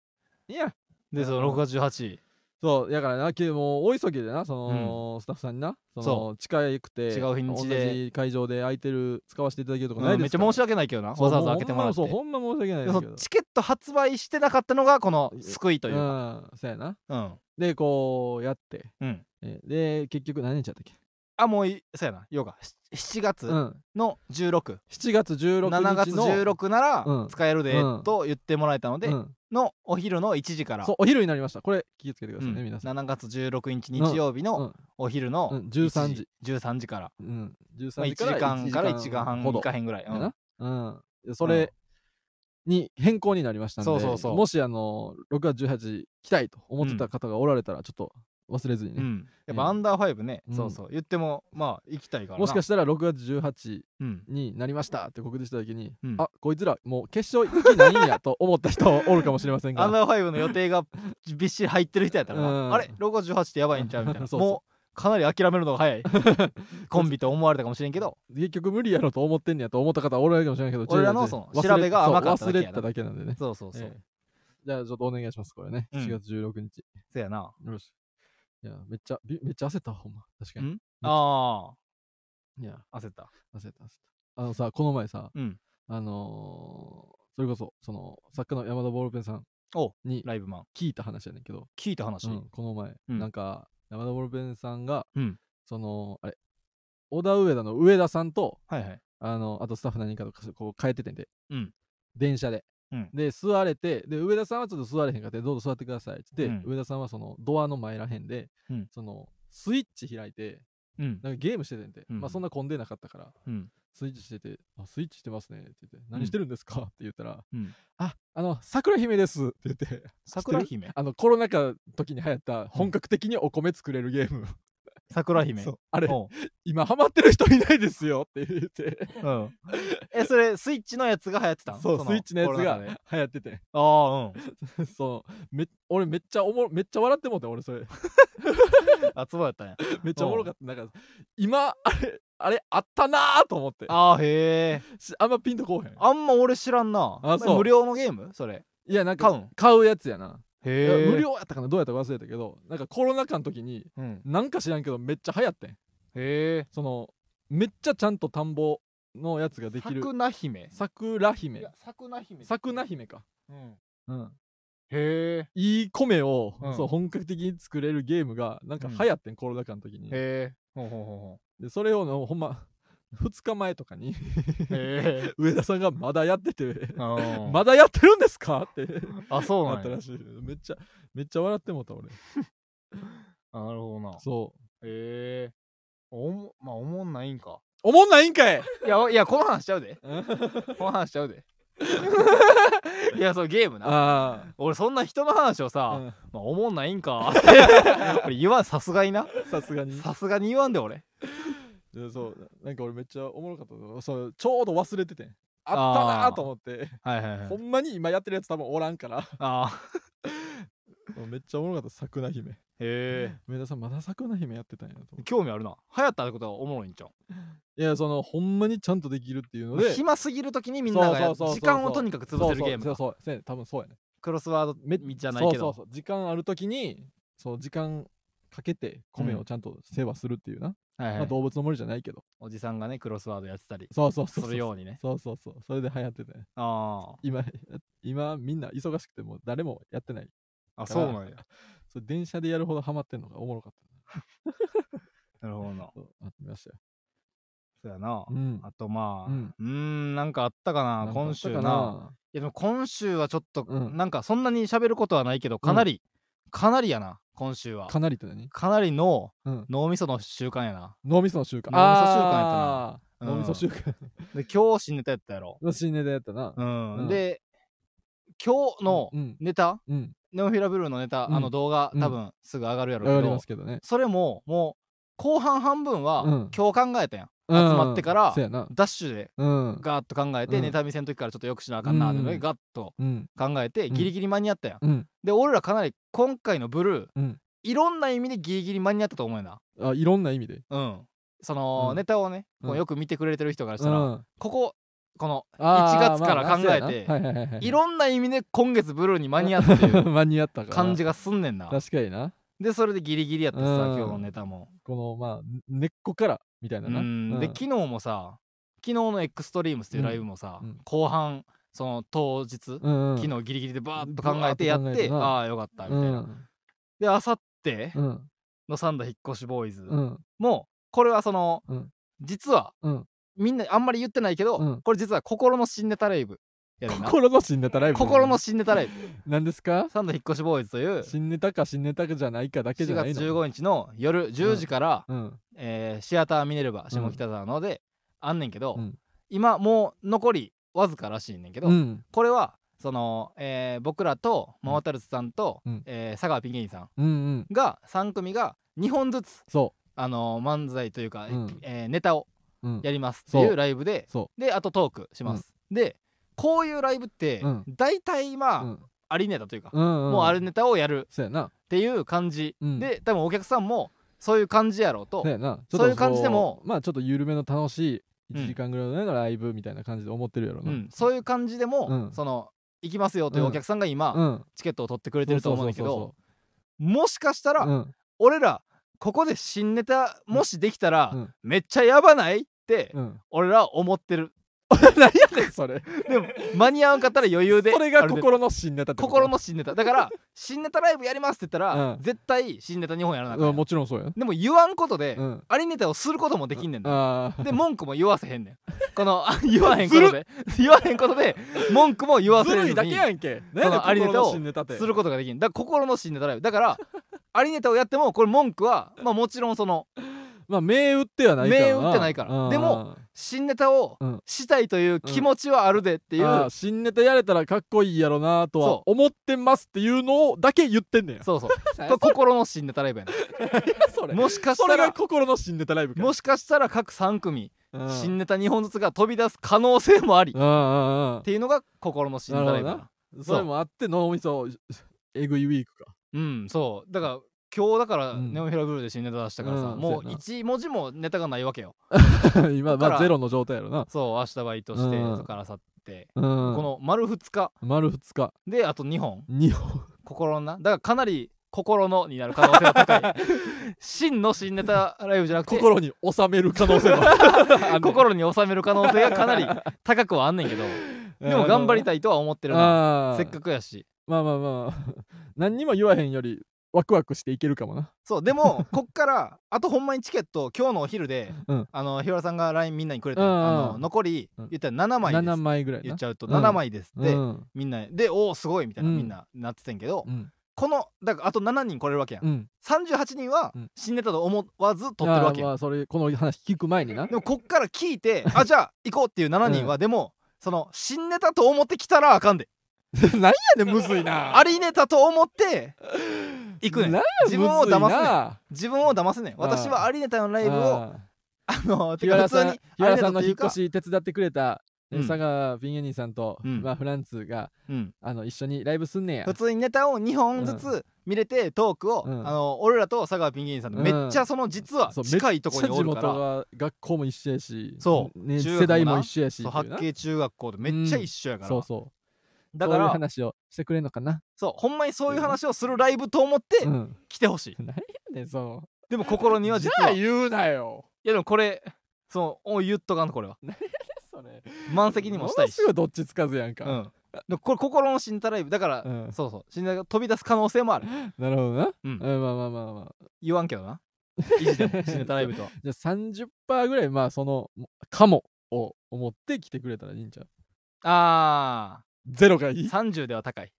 B: いや
A: でその6月18
B: そうだからなけどもう大急ぎでなその、スタッフさんになその
A: そ
B: 近くて
A: 違う日にちで
B: 同じ会場で空いてる使わせていただけるとかな
A: う
B: い
A: んめ
B: で
A: っ
B: すか
A: ちゃ
B: ら、
A: 申し訳ないけどな
B: そ
A: わ
B: う
A: ざわざ開けてもらって
B: ほんまそうほんま申し訳ない
A: で
B: で
A: そ
B: すけど
A: のチケット発売してなかったのがこの救いというか
B: うんそうやな
A: うん、
B: でこうやって、
A: うん
B: えで結局何日やったっけ、
A: あもういそうやなようか7月
B: うん、
A: の16
B: 7月16日の
A: 7月16な
B: う
A: ら
B: ん
A: 使えるで
B: うん
A: と言ってもらえたので、
B: うん
A: のお昼の1時から
B: そうお昼になりましたこれ気をつけてくだ
A: う
B: さい
A: ん、
B: ね、皆さん、
A: 7月16日日曜日
B: う
A: の
B: ん
A: お昼の
B: うん
A: 1
B: 13時
A: 13時から、
B: うん、
A: まあ、
B: 13
A: 1
B: 時
A: 時
B: から
A: 間から1時間半
B: ほど
A: いかへんぐらい、うん
B: やな、うん、それに変更になりましたんで、
A: そうそうそう
B: もしあの6月18日来たいと思ってた方がおられたらちょっと忘れずに
A: う
B: ね、
A: んやっぱアンダーファイブね、
B: うん
A: そうそう言ってもまあ行きたいからな
B: もしかしたら6月18日
A: うん
B: になりましたって告知した時に、
A: うん
B: あこいつらもう決勝行きないんやと思った人おるかもしれません
A: アン
B: が
A: ダーファイブの予定
B: *laughs*
A: がびっしり入ってる人やったらな、
B: うん
A: あれ6月18ってやばいんちゃうみたいな
B: そうそう
A: もうかなり諦めるのが早
B: *laughs*
A: いコンビと思われたかもしれんけど
B: 結局無理やろと思ってんねやと思った方おられるかもしれないけど
A: 俺らの
B: 違う違う
A: その
B: 忘れ
A: 調べが甘かっただけやな
B: そう忘れただけなんでね
A: そうそうそう、
B: ええじゃあちょっとお願いしますこれね
A: うん
B: 7月16日、
A: そやな
B: よろしいやめっちゃびめっちゃ焦ったわほんま確かに
A: んあ
B: いや
A: あ焦った
B: 忘れた忘れたあのさこの前さ
A: うん
B: あのーそれこそその作家の山田ボールペンさん
A: お
B: に
A: ライブマン
B: 聞いた話やねんけど、
A: 聞いた話、
B: うんこの前、
A: うん
B: なんか山田ボールペンさんが、
A: うん
B: そのあれ小田上田の上田さんと
A: はいはい
B: あのあとスタッフ何人かとかこう帰っててんで、
A: うん
B: 電車で、
A: うん
B: で座れてで上田さんはちょっと座れへんかってどうぞ座ってくださいって言って、
A: うん
B: 上田さんはそのドアの前らへんで、
A: うん
B: そのスイッチ開いて
A: うん
B: なんかゲームしててんで、
A: うん
B: まあそんな混んでなかったから、
A: うん
B: スイッチしてて、あスイッチしてますねって言って、何してるんですかって言ったら、
A: うん
B: あ、あの、桜姫ですって言って、 *laughs*
A: 桜姫
B: あの、コロナ禍の時に流行った本格的にお米作れるゲーム。
A: 桜姫
B: そうあれ
A: おう
B: 今ハマってる人いないですよって言って
A: うん、えそれスイッチのやつが流行ってたん
B: そう
A: の
B: スイッチのやつ
A: コロナ禍
B: が
A: で
B: 流行ってて *laughs*
A: ああうん
B: そうめ俺めっちゃおもろめっちゃ笑ってもうて俺それ *laughs*
A: あそうやったんや
B: めっちゃおもろかったなんか今あれあれあったなーと思ってあ
A: あーへえ
B: あんまピンとこうへん
A: あんま俺知らんな
B: あそう
A: 無料のゲームそれ
B: いやなん
A: 買
B: か
A: うん
B: 買うやつやな、いや
A: へえ
B: 無料やったかなどうやったか忘れたけどなんかコロナ禍の時に
A: うん
B: なんか知らんけどめっちゃ流行ってん
A: へえ
B: そのめっちゃちゃんと田んぼのやつができる
A: 桜姫
B: 桜姫
A: 桜姫
B: 桜姫か、
A: うん
B: うん、
A: へ
B: いい米を、
A: うん
B: そう本格的に作れるゲームがなんか流行ってん、コロナ禍の時に
A: えへえほうほうほうほ
B: でそれをのほんま2日前とかに *laughs*
A: うへえ
B: 上田さんがまだやってて
A: うん
B: まだやってるんですかって
A: あそう
B: な
A: な
B: った
A: んや
B: らしいめっちゃめっちゃ笑ってもうた俺
A: あなるほどな
B: そう
A: へえおもまあおもんないんか
B: おもんないんかい *laughs*
A: いやいやこの話しちゃうでこの話しちゃうでいやそうゲームな
B: あ
A: 俺そんな人の話を
B: あ、
A: さ、
B: うん
A: まあ、おもんないん
B: *laughs*
A: かって俺言わんさすがにな
B: さすがに
A: さすがに言わんで俺
B: でそうなんか俺めっちゃおもろかったそうちょうど忘れててんあったな
A: あ
B: ー
A: ー
B: と思って
A: はいはいは
B: ほんまに今やってるやつ多分おらんから
A: あ
B: めっちゃおもろかった桜姫
A: ーへえ
B: 上田さんまだ桜姫やってたんやと思って
A: 興味あるな流行ったってことはおもろいんちゃう
B: いやそのほんまにちゃんとできるっていうので
A: 暇すぎる時にみんながや
B: そうそうそうそう
A: 時間をとにかく潰せるゲーム
B: そう
A: か
B: そうそうせや多分そうやね
A: クロスワード
B: め
A: じゃないけど
B: そうそうそう時間ある時にそう時間かけて米をちゃんと世話するっていうな、
A: はい
B: ま
A: は
B: あ、
A: い
B: 動物の森じゃないけど
A: おじさんがねクロスワードやってたり
B: そうそう
A: す
B: そうそう
A: るようにね
B: そうそうそうそれで流行ってたね
A: あ
B: 今今みんな忙しくてもう誰もやってない
A: ーあ
B: から
A: そうなんや
B: それ電車でやるほどハマってんのがおもろかった
A: なるほどな
B: そうありましたよ
A: そうやな
B: うん
A: あとまあ
B: う
A: うんんんなんかあったか
B: な
A: なん
B: かあ
A: 今
B: った
A: 週
B: か
A: ないやでも今週はちょっと、
B: うん
A: なんかそんなに喋ることはないけどかなり、かなりやな今週は
B: かなりって何、
A: かなりの
B: うん、
A: 脳みその習慣やな
B: 脳みその習慣
A: 脳みそ習慣やったな
B: あー脳みそ習慣
A: で今日新ネタやったやろ
B: 新ネタやったな
A: うん、
B: うん
A: で今日の
B: うん
A: ネタ、
B: うん
A: ネオフィラブルーのネタ、
B: うん
A: あの動画
B: うん
A: 多分すぐ上がるやろう
B: 上が
A: け
B: り
A: ど、
B: ますけどね
A: それももう後半半分は、
B: うん
A: 今日考えたやん
B: 集
A: まってから
B: そうやな
A: ダッシュで
B: うん
A: ガーッと考えて、
B: うん
A: ネタ見せの時からちょっとよくしなあかんなっていうの
B: う
A: で
B: ん
A: ガッと
B: うん
A: 考えて
B: うん
A: ギリギリ間に合ったやん、
B: うん
A: で俺らかなり今回のブルー、
B: うん
A: いろんな意味でギリギリ間に合ったと思うよな
B: あいろんな意味で
A: うんその、
B: うん
A: ネタをねこ
B: うん
A: うよく見てくれてる人からし
B: う
A: たら、
B: ん
A: こここの
B: あー
A: 1月から考えて
B: まあまあそうやなはいはいはいはい
A: いろんな意味で今月ブルーに間に合ったって
B: *laughs*
A: いう
B: 間に合ったから
A: 感じがすんねんな
B: 確かにな
A: でそれでギリギリやってさ、
B: うん
A: 今日のネタも
B: このまあ根っこからみたいな
A: う
B: な、
A: んで昨日もさ昨日のエクストリームスっていうライブもさ、
B: うんうん
A: 後半その当日、
B: うんうん、
A: 昨日ギリギリでバーッと考えてやっ
B: バーッと考え
A: て
B: てな
A: ああよかったみたいな、であさって
B: うんうん
A: のサンダ引っ越しボーイズ、
B: うん
A: もうこれはその、
B: うん
A: 実は、
B: うん
A: みんなあんまり言ってないけど、
B: うん
A: これ実は心の新ネタライブやねんな
B: 心の新ネタライブ
A: 心の新ネタライブ
B: 何ですか
A: サンド引っ越しボーイズという4
B: 新ネタか新ネタじゃないかだけじゃないの
A: 月15日の夜10時から、
B: うん
A: えーシアターミネルヴァ下北沢ので、あんねんけど、
B: うん
A: 今もう残りわずからしいねんけど、
B: うん
A: これはその、えー僕らとママタルトさんと、
B: うん
A: えー佐川ピン芸人さん
B: うんうん
A: が3組が2本ずつ、
B: そ
A: あのー漫才というか、
B: うん
A: えーネタを
B: う、うん、
A: やりますってい
B: そう
A: うライブで
B: そ
A: であとトークします、でこういうライブって、
B: うん
A: 大体まあ、
B: うん
A: ありネタというか、
B: うんうん、
A: もうあるネタをやる
B: そうやな
A: っていう感じ、
B: うん
A: で多分お客さんもそういう感じやろうと
B: そうやなちょっと
A: そういう感じでも
B: こうまあちょっと緩めの楽しい
A: うん
B: 1時間ぐらいのライブみたいな感じで思ってるやろ
A: う
B: な、
A: ん、そういう感じでも、
B: うん
A: その行きますよというお客さんが今、
B: うん、
A: チケットを取ってくれてると思うんだけど
B: そ
A: もしかした
B: う
A: ら、
B: そうそうそう
A: 俺らここで新ネタもしできたら、
B: うん
A: めっちゃやばないって
B: うん、うん、
A: 俺ら思ってる
B: 何やねんそれ
A: でも間に合わんかったら余裕で
B: *laughs* それが
A: あで
B: 心の新ネタってこと
A: 心の新ネタだから *laughs* 新ネタライブやりますって言ったら、
B: うん
A: 絶対新ネタ2本やらなあかん
B: う
A: や
B: ん
A: ん
B: もちろんそうやな
A: でも言わんことで、
B: うん
A: ありネタをすることもできんねんな
B: あー
A: で文句も言わせへんねんこ
B: *laughs*
A: のあ言わへんことで言わへんことで文句も言わせ
B: ず
A: れ
B: る
A: る
B: い
A: の
B: だけ
A: に
B: やんけ
A: そのありネタを
B: 何やねん心の新ネタって
A: することができんだから心の新ネタライブだからありネタをやってもこれ文句はまあもちろんその
B: まあ銘打ってはないからな
A: 銘打ってないからでも新ネタを
B: うん
A: したいという気持ちはあるでって
B: て
A: いう、
B: 新ネタやれたらかっこいいやろなとは
A: そ
B: 思ってますっていうのをだけ言ってんね
A: *laughs*
B: や
A: そうそうこれ心の新ネタライブやな
B: それ
A: もしかし
B: そ
A: た
B: れが
A: ら
B: 心の新ネタライブか
A: もしかしたら各3組
B: うん
A: 新ネタ2本ずつが飛び出す可能性もありっ
B: うんうんうん
A: ていうのが心の新ネタライブや
B: な
A: な
B: それもあって脳みそえぐいウィークか
A: うんそうだから今日だから
B: うん
A: ネオヒラブルーで新ネタ出したからさ、
B: うん
A: もう
B: そうやな
A: 1文字もネタがないわけよ *laughs*
B: 今
A: こっか
B: ま
A: ら
B: あゼロの状態やろな
A: そう明日バイトして、
B: うん
A: そっからさって、
B: こ
A: この丸2日
B: 丸2日
A: であと2本
B: 2本
A: 心のなだからかなり心のになる可能性が高
B: *laughs*
A: い真の新ネタライブじゃなくて
B: 心に収める可
A: *laughs*
B: 能性もある
A: 心に収める可能性がかなり高くはあんねん
B: *laughs*
A: けどでも頑張り
B: い
A: たいとは思ってるな
B: な
A: せっかくやし
B: まあまあまあ何にも言わへんよりワクワクしていけるかもな
A: そうでもこっからあとほんまにチケット今日のお昼で、
B: うん
A: あの日原さんが LINE みんなにくれて、
B: うん
A: あの残り
B: うん
A: 言ったら7枚です
B: 7枚ぐらい
A: 言
B: な
A: っちゃうと
B: うん
A: 7枚ですって、
B: うん
A: みんなでおおすごいみたいな、
B: うん
A: みんななっててんけど、
B: うん
A: このだからあと7人来れるわけやん、
B: うん
A: 38人は
B: うん
A: 新ネタと思わず撮ってるわけ
B: あー
A: やん
B: まあそれこの話聞く前にな
A: でもこっから聞いてあじゃあ行こうっていう7人は、でもその新ネタと思って来たらあかんで
B: *laughs* 何やねんむずいな
A: ありネタと思って行くねん
B: なんや
A: 自分を騙すねん
B: むずいな
A: 自分を騙すねん
B: あー
A: 私はアリネタのライブを
B: あー
A: あのて
B: 日
A: か普
B: 原
A: 通
B: さん
A: に
B: 日原さん
A: ア
B: の
A: リネタとい
B: 引っ
A: うか
B: 越し手伝ってくれた、え
A: うん
B: 佐川ピン芸人さんと、
A: うん
B: まあ、フランツが
A: うん
B: あの一緒にライブすんねや
A: 普通にネタを2本ずつ見れてトークを、
B: うん
A: あの俺らと佐川ピン芸人さんと
B: うん
A: めっちゃその実は
B: そう
A: 近いとこにおるか
B: めっちゃ地元
A: ら
B: が学校も一緒やし
A: そう
B: ね、
A: 中学もな
B: 世代も一緒やし
A: そう
B: って
A: 八
B: いうな
A: 景中学校でめっちゃ一緒やから、
B: そうそう
A: だか
B: そういう
A: ら
B: 話をしてくれんのかな、
A: そうほんまにそういう話をするライブと思って
B: うん、
A: 来てほしい、
B: 何やねんその
A: でも心には
B: じ
A: 実
B: ゃ
A: は
B: あ
A: い
B: 言うなよ
A: やでもこれそうお言っとかんとこれは
B: それ
A: 満席にもしたいし
B: ものすごいどっちつかずやん
A: う
B: か、
A: んでこれ心の新ネタライブだから、
B: うん
A: そうそう新ネタが飛び出す可能性もある
B: なるほどな、
A: うん
B: うんまあまあまあまあ
A: 言わんけど
B: *laughs*
A: な意地で新ネタライブとは
B: じゃあ30%ぐらいまあそのかもを思って来てくれたらいいんちゃう
A: あ
B: ゼロがい
A: ー
B: い
A: 30では高い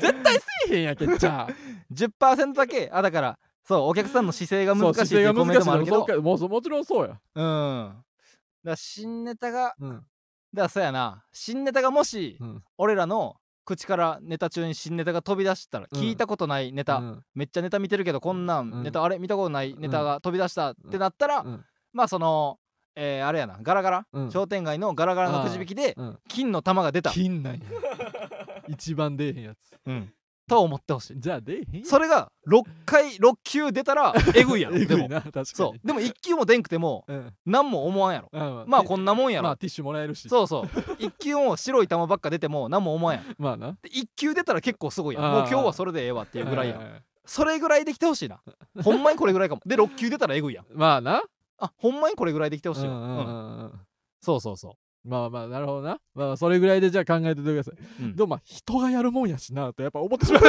B: 絶対せえへんやけんじゃあ
A: 10%だけあだからそうお客さんの姿勢が
B: そ
A: *laughs* 難
B: う
A: しいって
B: 姿勢
A: い
B: が
A: うコメ
B: 難
A: ン
B: し
A: ト
B: い
A: もある
B: の
A: け
B: そ
A: ど
B: うかもうそうもちろんそうや、
A: うんだから新ネタが
B: うん
A: だからそうやな新ネタがもし、
B: うん
A: 俺らの口からネタ中に新ネタが飛び出したら、
B: うん
A: 聞いたことないネタ、
B: うん
A: めっちゃネタ見てるけどこんなん、
B: うん
A: ネタあれ見たことないネタが飛び出したってなったら、
B: うん
A: まあその、えーあれやなガラガラ、
B: うん
A: 商店街のガラガラのくじ引きで
B: うん、
A: 金の玉が出た、*laughs*
B: 金なんや一番出えへんやつ
A: うんと思ってほしい
B: じゃあ出えへんやん
A: それが6回6球出たらえぐいやろ
B: *laughs* え
A: で
B: ぐい
A: も
B: な確かに
A: そうでも1球も出んくても
B: うん、うん
A: 何も思わんやろ
B: ま
A: まあ
B: ティ
A: こんなもんやろ、
B: まあティッシュもらえる
A: *laughs*
B: し
A: そうそう1球も白い球ばっか出ても何も思わんやん
B: まあな
A: で1球出たら結構すごいやん
B: あ
A: も
B: ー
A: う今日はそれでええわっていうぐらいや
B: は
A: ん
B: はは
A: それぐらいできてほしい
B: *laughs*
A: なほんまにこれぐらいかもで6球出たらえぐいやん
B: まあな
A: あほんまにこれぐらいできてほしいわ、
B: うんうんう
A: うん
B: んうん
A: そうそうそ
B: まあまあなるほどなまあそれぐらいでじゃあ考えておいてください、
A: うん
B: でもまあ人がやるもんやしなとやっぱ思ってしまう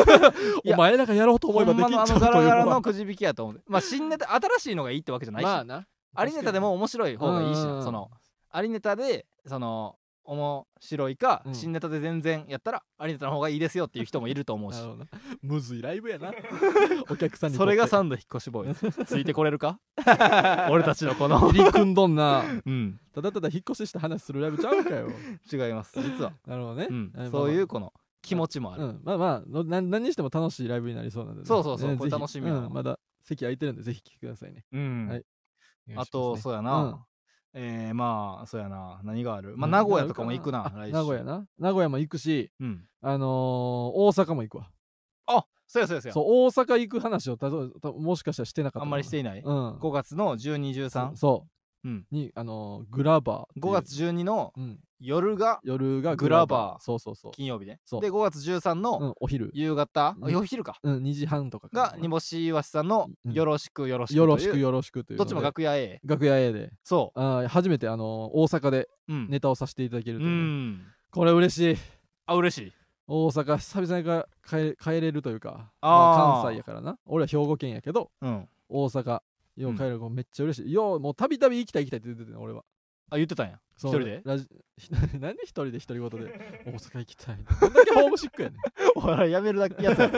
A: いや
B: お前らがやろうと
A: う
B: 思えばできんちゃうと
A: ほんまのあのガラガラの
B: いう
A: くじ引きやと思うまあ新ネ
B: *laughs*
A: タ新しいのがいいってわけじゃないし、
B: まあな
A: ありネタでも面白い方がいいし
B: うんうんう
A: なんそのありネタでその面白いか、
B: うん
A: 新ネタで全然やったらありネタの方がいいですよっていう人もいると思うし
B: なるほどなむずいライブやなお客さんに
A: それが
B: とっ
A: サンド引っ越しボーイ *laughs* ズついてこれるか俺たちのこ
B: て
A: の、
B: 入り組んどんな
A: うん、
B: ただただ引っ越しした話するライブちゃうかよ
A: 違います実は、
B: なるほどね、
A: うん
B: あまあまあ
A: そういうこの気持ちもある、
B: うん、まあまあのな何にしても楽しいライブになりそうなんでね、
A: そうそうそう
B: ね
A: これ
B: ぜひ
A: 楽しみなの
B: うんまだ席空いてるんでぜひ来てくださいね
A: うん
B: は
A: あ
B: いお願いします
A: と、
B: ね
A: そうやな、えー、まあそうやな何があるまあ名古屋とかも行くな、
B: あ
A: 来週
B: 名古屋な名古屋も行くし
A: うん
B: あのー大阪も行くわ
A: あそうやそうやそうや
B: そう大阪行く話をたとたもしかしたらしてなかった
A: あんまりしていない、
B: うん
A: 5月の1213
B: そそう、
A: うん
B: にあのーグラバーっていう
A: 5月、12の
B: うん、
A: 夜が
B: 夜が
A: グラバー
B: そうそうそう
A: 金曜日ね
B: そう
A: で5月13
B: う
A: の
B: ん、お昼、
A: 夕方、
B: うん
A: お昼か
B: うん、2時半とかかな
A: が煮干しわしさんの「
B: うん
A: よろしくよろしく」
B: よろしく
A: よ
B: よろしくという
A: どっちも
B: 楽
A: 楽屋 A
B: 楽屋 A で
A: そ
B: あー初めてあのー大阪で
A: ううん、
B: ネタをさせていただける
A: う
B: というね、
A: ん、
B: これ嬉しい
A: あ嬉しい
B: 大阪久々にか帰れ帰れるというか
A: あー
B: まあ関西やからな俺は兵庫県やけど
A: うん
B: 大阪よう帰れる、めっちゃ嬉しいようもうたびたび行きたい行きたいって言ってたね俺は
A: あ言ってたんや一
B: 一
A: 人で
B: ラジ *laughs* なんで一人で独り言
A: *laughs*
B: で大阪行きたいのどんだけホームシックやねん
A: お *laughs* 笑いやめるだけやつや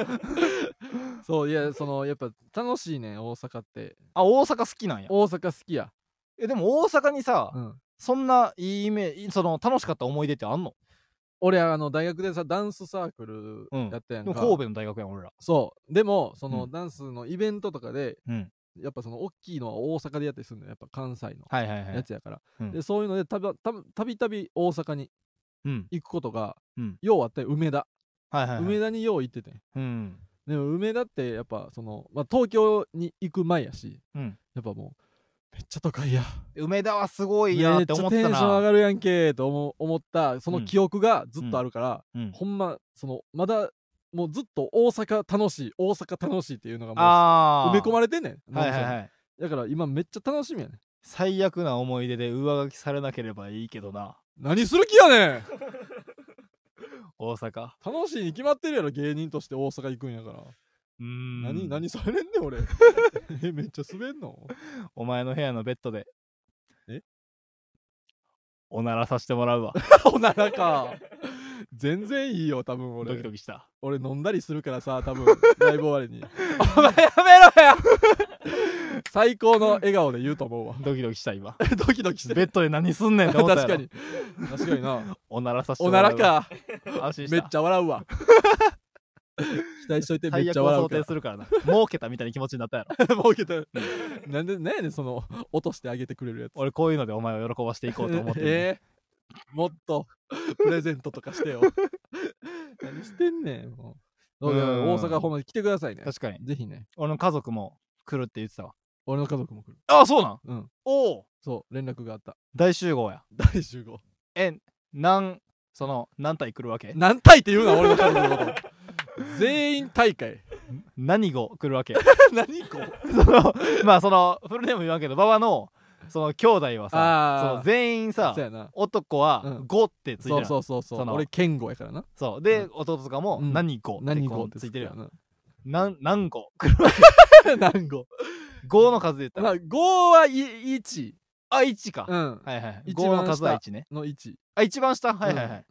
B: そういやそのやっぱ楽しいねん大阪って
A: あ大阪好き *laughs* なんや
B: 大阪好きや、
A: えでも大阪にさ、
B: うん、
A: そんないいイメージその楽しかった思い出ってあんの
B: 俺あの大学でさダンスサーク
A: うん
B: ルやったやん
A: で
B: か、
A: も神戸の大学やん俺ら
B: そうでもその、
A: うん
B: ダンスのイベントとかで、
A: うん
B: やっぱその大きいのは大阪でやったりするのよやっぱ関西の
A: はいはいは
B: や
A: い
B: つやから、
A: うん
B: でそういうのでたばたたびたび大阪に
A: うん
B: 行くことが、
A: うん
B: ようあったよ梅田、
A: はいはいはい
B: 梅田によう行っててん
A: うん
B: でも梅田ってやっぱその、まあ、東京に行く前やし、
A: うん
B: やっぱもうめっちゃ都会や
A: 梅田はすごいやーって思って
B: め
A: た
B: っちゃテンション上
A: な
B: がるやんけと思思ったその記憶がずっとあるから、
A: うん
B: ほんまそのまだもうずっと大阪楽しい大阪楽しいっていうのがもう
A: ああ
B: 埋め込まれてんねん脳み
A: は
B: そ
A: い
B: に
A: はいはい
B: だから今めっちゃ楽しみやねん
A: 最悪な思い出で上書きされなければいいけどな
B: 何する気やねん
A: 大阪
B: 楽しいに決まってるやろ芸人として大阪行くんやから、
A: うーん
B: 何何されんね
A: *laughs*
B: ん俺えめっちゃ滑んの
A: お前の部屋のベッドで
B: え
A: おならさせてもらうわ
B: おならか全然いいよ多分
A: ドキ
B: 俺
A: ドキ
B: *laughs*
A: した
B: 俺飲んだりするからさ多分ライブ終わ
A: *laughs*
B: りに
A: お前やめろよ
B: 最高の笑顔で言うと思うわ
A: ドキ *laughs* ドキした今
B: ドキドキして
A: ベッドで何すんねんって思ったや
B: *laughs* 確
A: ろ
B: かに確かにな
A: おならさせて
B: お
A: もら
B: な
A: うわ
B: らか
A: 安心した
B: めっちゃ笑うわ
A: *laughs*
B: 期待しといてめ
A: 最
B: っ
A: 悪
B: ちゃ
A: を
B: 笑
A: 想
B: うから
A: 定するからな儲けたみたいな気持ちになったやろ
B: 儲けたなんでなんやねんその落としてあげてくれるやつ
A: 俺こういうのでお前を喜ばしていこうと思ってる、
B: えーもっとプレゼントとかし
A: *laughs*
B: てよ何してんねんもう
A: うん
B: だから大阪ほんまに来てくださいね
A: 確かに
B: ぜひね
A: 俺の家族も来るって言ってたわ
B: 俺の家族も来る
A: ああそうなん
B: うん
A: おお
B: そう連絡があった
A: 大集合や
B: 大集合
A: えなんその何体来るわけ
B: 何対って言
A: *laughs*
B: うな俺の家族のこと全員大会
A: 何語来る
B: *laughs*
A: わけ
B: 何こ
A: そのまあそのフルネーム言わんけど馬場のその兄弟はさ
B: あ
A: そ
B: あ
A: の全員さ
B: そうやな
A: 男は
B: う
A: 「
B: ん
A: 語」ってついてる
B: そ
A: やん
B: うそうそうそう
A: その
B: 俺健吾やからな
A: そうで、
B: う
A: 弟とかも
B: うん
A: 何語って
B: 何
A: こ
B: 語
A: うついてるやん
B: な
A: なん何 *laughs* 語来るわけ *laughs*
B: *laughs* 何語
A: 語の数で言った
B: ま
A: ら
B: あ5は1
A: あ1か、
B: うん
A: はいはい
B: 一番
A: 語の数は1ね
B: の1
A: あ一番下はいはいはい、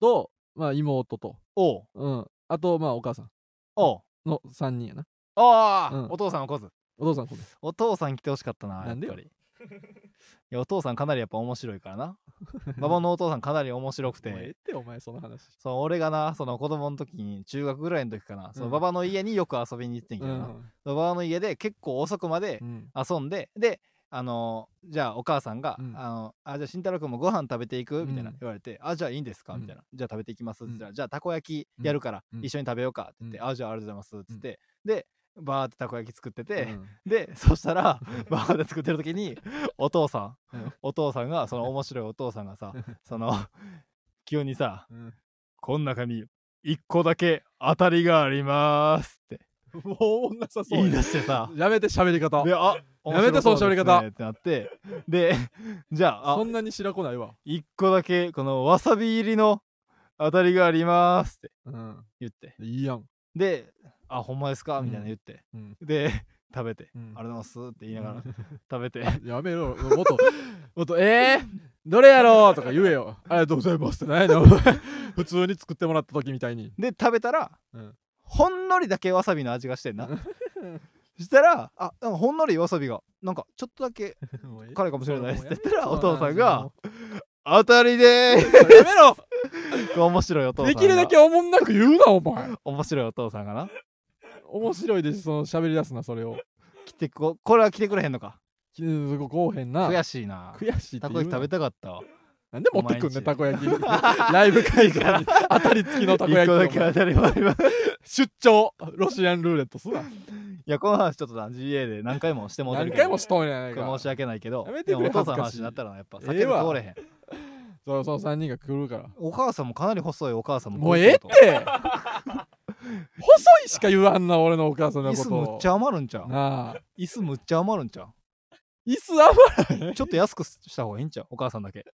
B: とまあ妹と
A: おう
B: うんあとまあお母さん
A: おう
B: の3人やな
A: ああ、
B: うん
A: お父さんのこず
B: お父さんこれ
A: お父さん来てほしかったな
B: なんでよ
A: やっぱりいやお父さんかなりやっぱ面白いから
B: *laughs*
A: な馬場のお父さんかなり面白く
B: もうええ
A: て
B: ってお前その話
A: その俺がなその子供の時に中学ぐらいの時かなその
B: うん
A: 馬場の家によく遊びに行ってんけ
B: う
A: どな、
B: ん
A: 馬場の家で結構遅くまで
B: うん
A: 遊んでであのーじゃあお母さんが「
B: うん
A: あのあじゃあ慎太郎君もご飯食べていく?」みたいな
B: うん
A: 言われて「あじゃあいいんですか?」
B: うん
A: みたいな「じゃあ食べていきます」っ
B: う
A: て言
B: ん
A: ったら「じゃあたこ焼きやるから
B: うん
A: 一緒に食べようか」って言って「
B: うん
A: あじゃあありがとうございます」っつって、でバーってたこ焼き作ってて、
B: うん
A: でそしたら *laughs* バーで作ってる時にお父さん、
B: うん
A: お父さんがその面白いお父さんがさその急にさ
B: うん
A: 「こん中に1個だけ当たりがあります」って
B: もう女さそう
A: 言い
B: や
A: 出してさ
B: やめて喋り方
A: であ
B: やめてその喋り方
A: 面白そうですねってなってで *laughs* じゃあ
B: そ
A: あ
B: んなに白くないわ
A: 1個だけこのわさび入りの当たりがありますって
B: うん
A: 言って
B: いいやん
A: で「あほんまですか?」
B: うん
A: みたいな言って、
B: うん
A: で *laughs* 食べて、
B: うん
A: ありがとうございます」って言いながら食
B: *laughs*
A: べて
B: やめろもっともっとえーどれやろうとか言えよありがとうございますって何やねんお前 *laughs* 普通に作ってもらった時みたいに
A: で食べたら、
B: うん
A: ほんのりだけわさびの味がしてんな
B: うん
A: そ *laughs* したらあなんかほんのりわさびがなんかちょっとだけ辛いかもしれないですって言ったらお父さんが「当たりでー
B: やめろ *laughs*
A: す」面白いお父さん
B: で
A: が
B: きるだけおもんなく言うなお前
A: 面白いお父さんがな
B: 面白いですその喋り出すなそれを
A: 来てここれは来てくれへんのか
B: きそここうへんな
A: 悔しいな
B: 悔しいって
A: た
B: 言
A: こ
B: うな
A: 焼き食べたかったわ
B: なんで持ってくんね
A: お前んち
B: んたこ焼き *laughs* ライブ会場に当たり付きのたこ
A: 一個だ
B: 焼
A: け
B: きを
A: 当たり前 *laughs* い
B: 出張ロシアンルーレットすな
A: やこの話ちょっとな GA で何回もしてもうて
B: 何
A: るけ
B: 回
A: ど
B: もしとんやないか
A: 申し訳ないけど
B: やめて
A: で
B: く
A: も
B: れ
A: お父さんの話
B: 恥ずかしい
A: になったらやっぱ
B: ええ
A: 酒
B: わ
A: も通れへん
B: そうそう3人が来るから
A: お母さんもかなり細いお母さんも
B: もうええって細いしか言わんな俺のお母さんの
A: 椅
B: こ
A: 子
B: と
A: むっちゃ余るんちゃう
B: なあ
A: 椅子むっちゃ余るんちゃう
B: 椅子余
A: ちょっと安くした方がいいんちゃうお母さんだけ。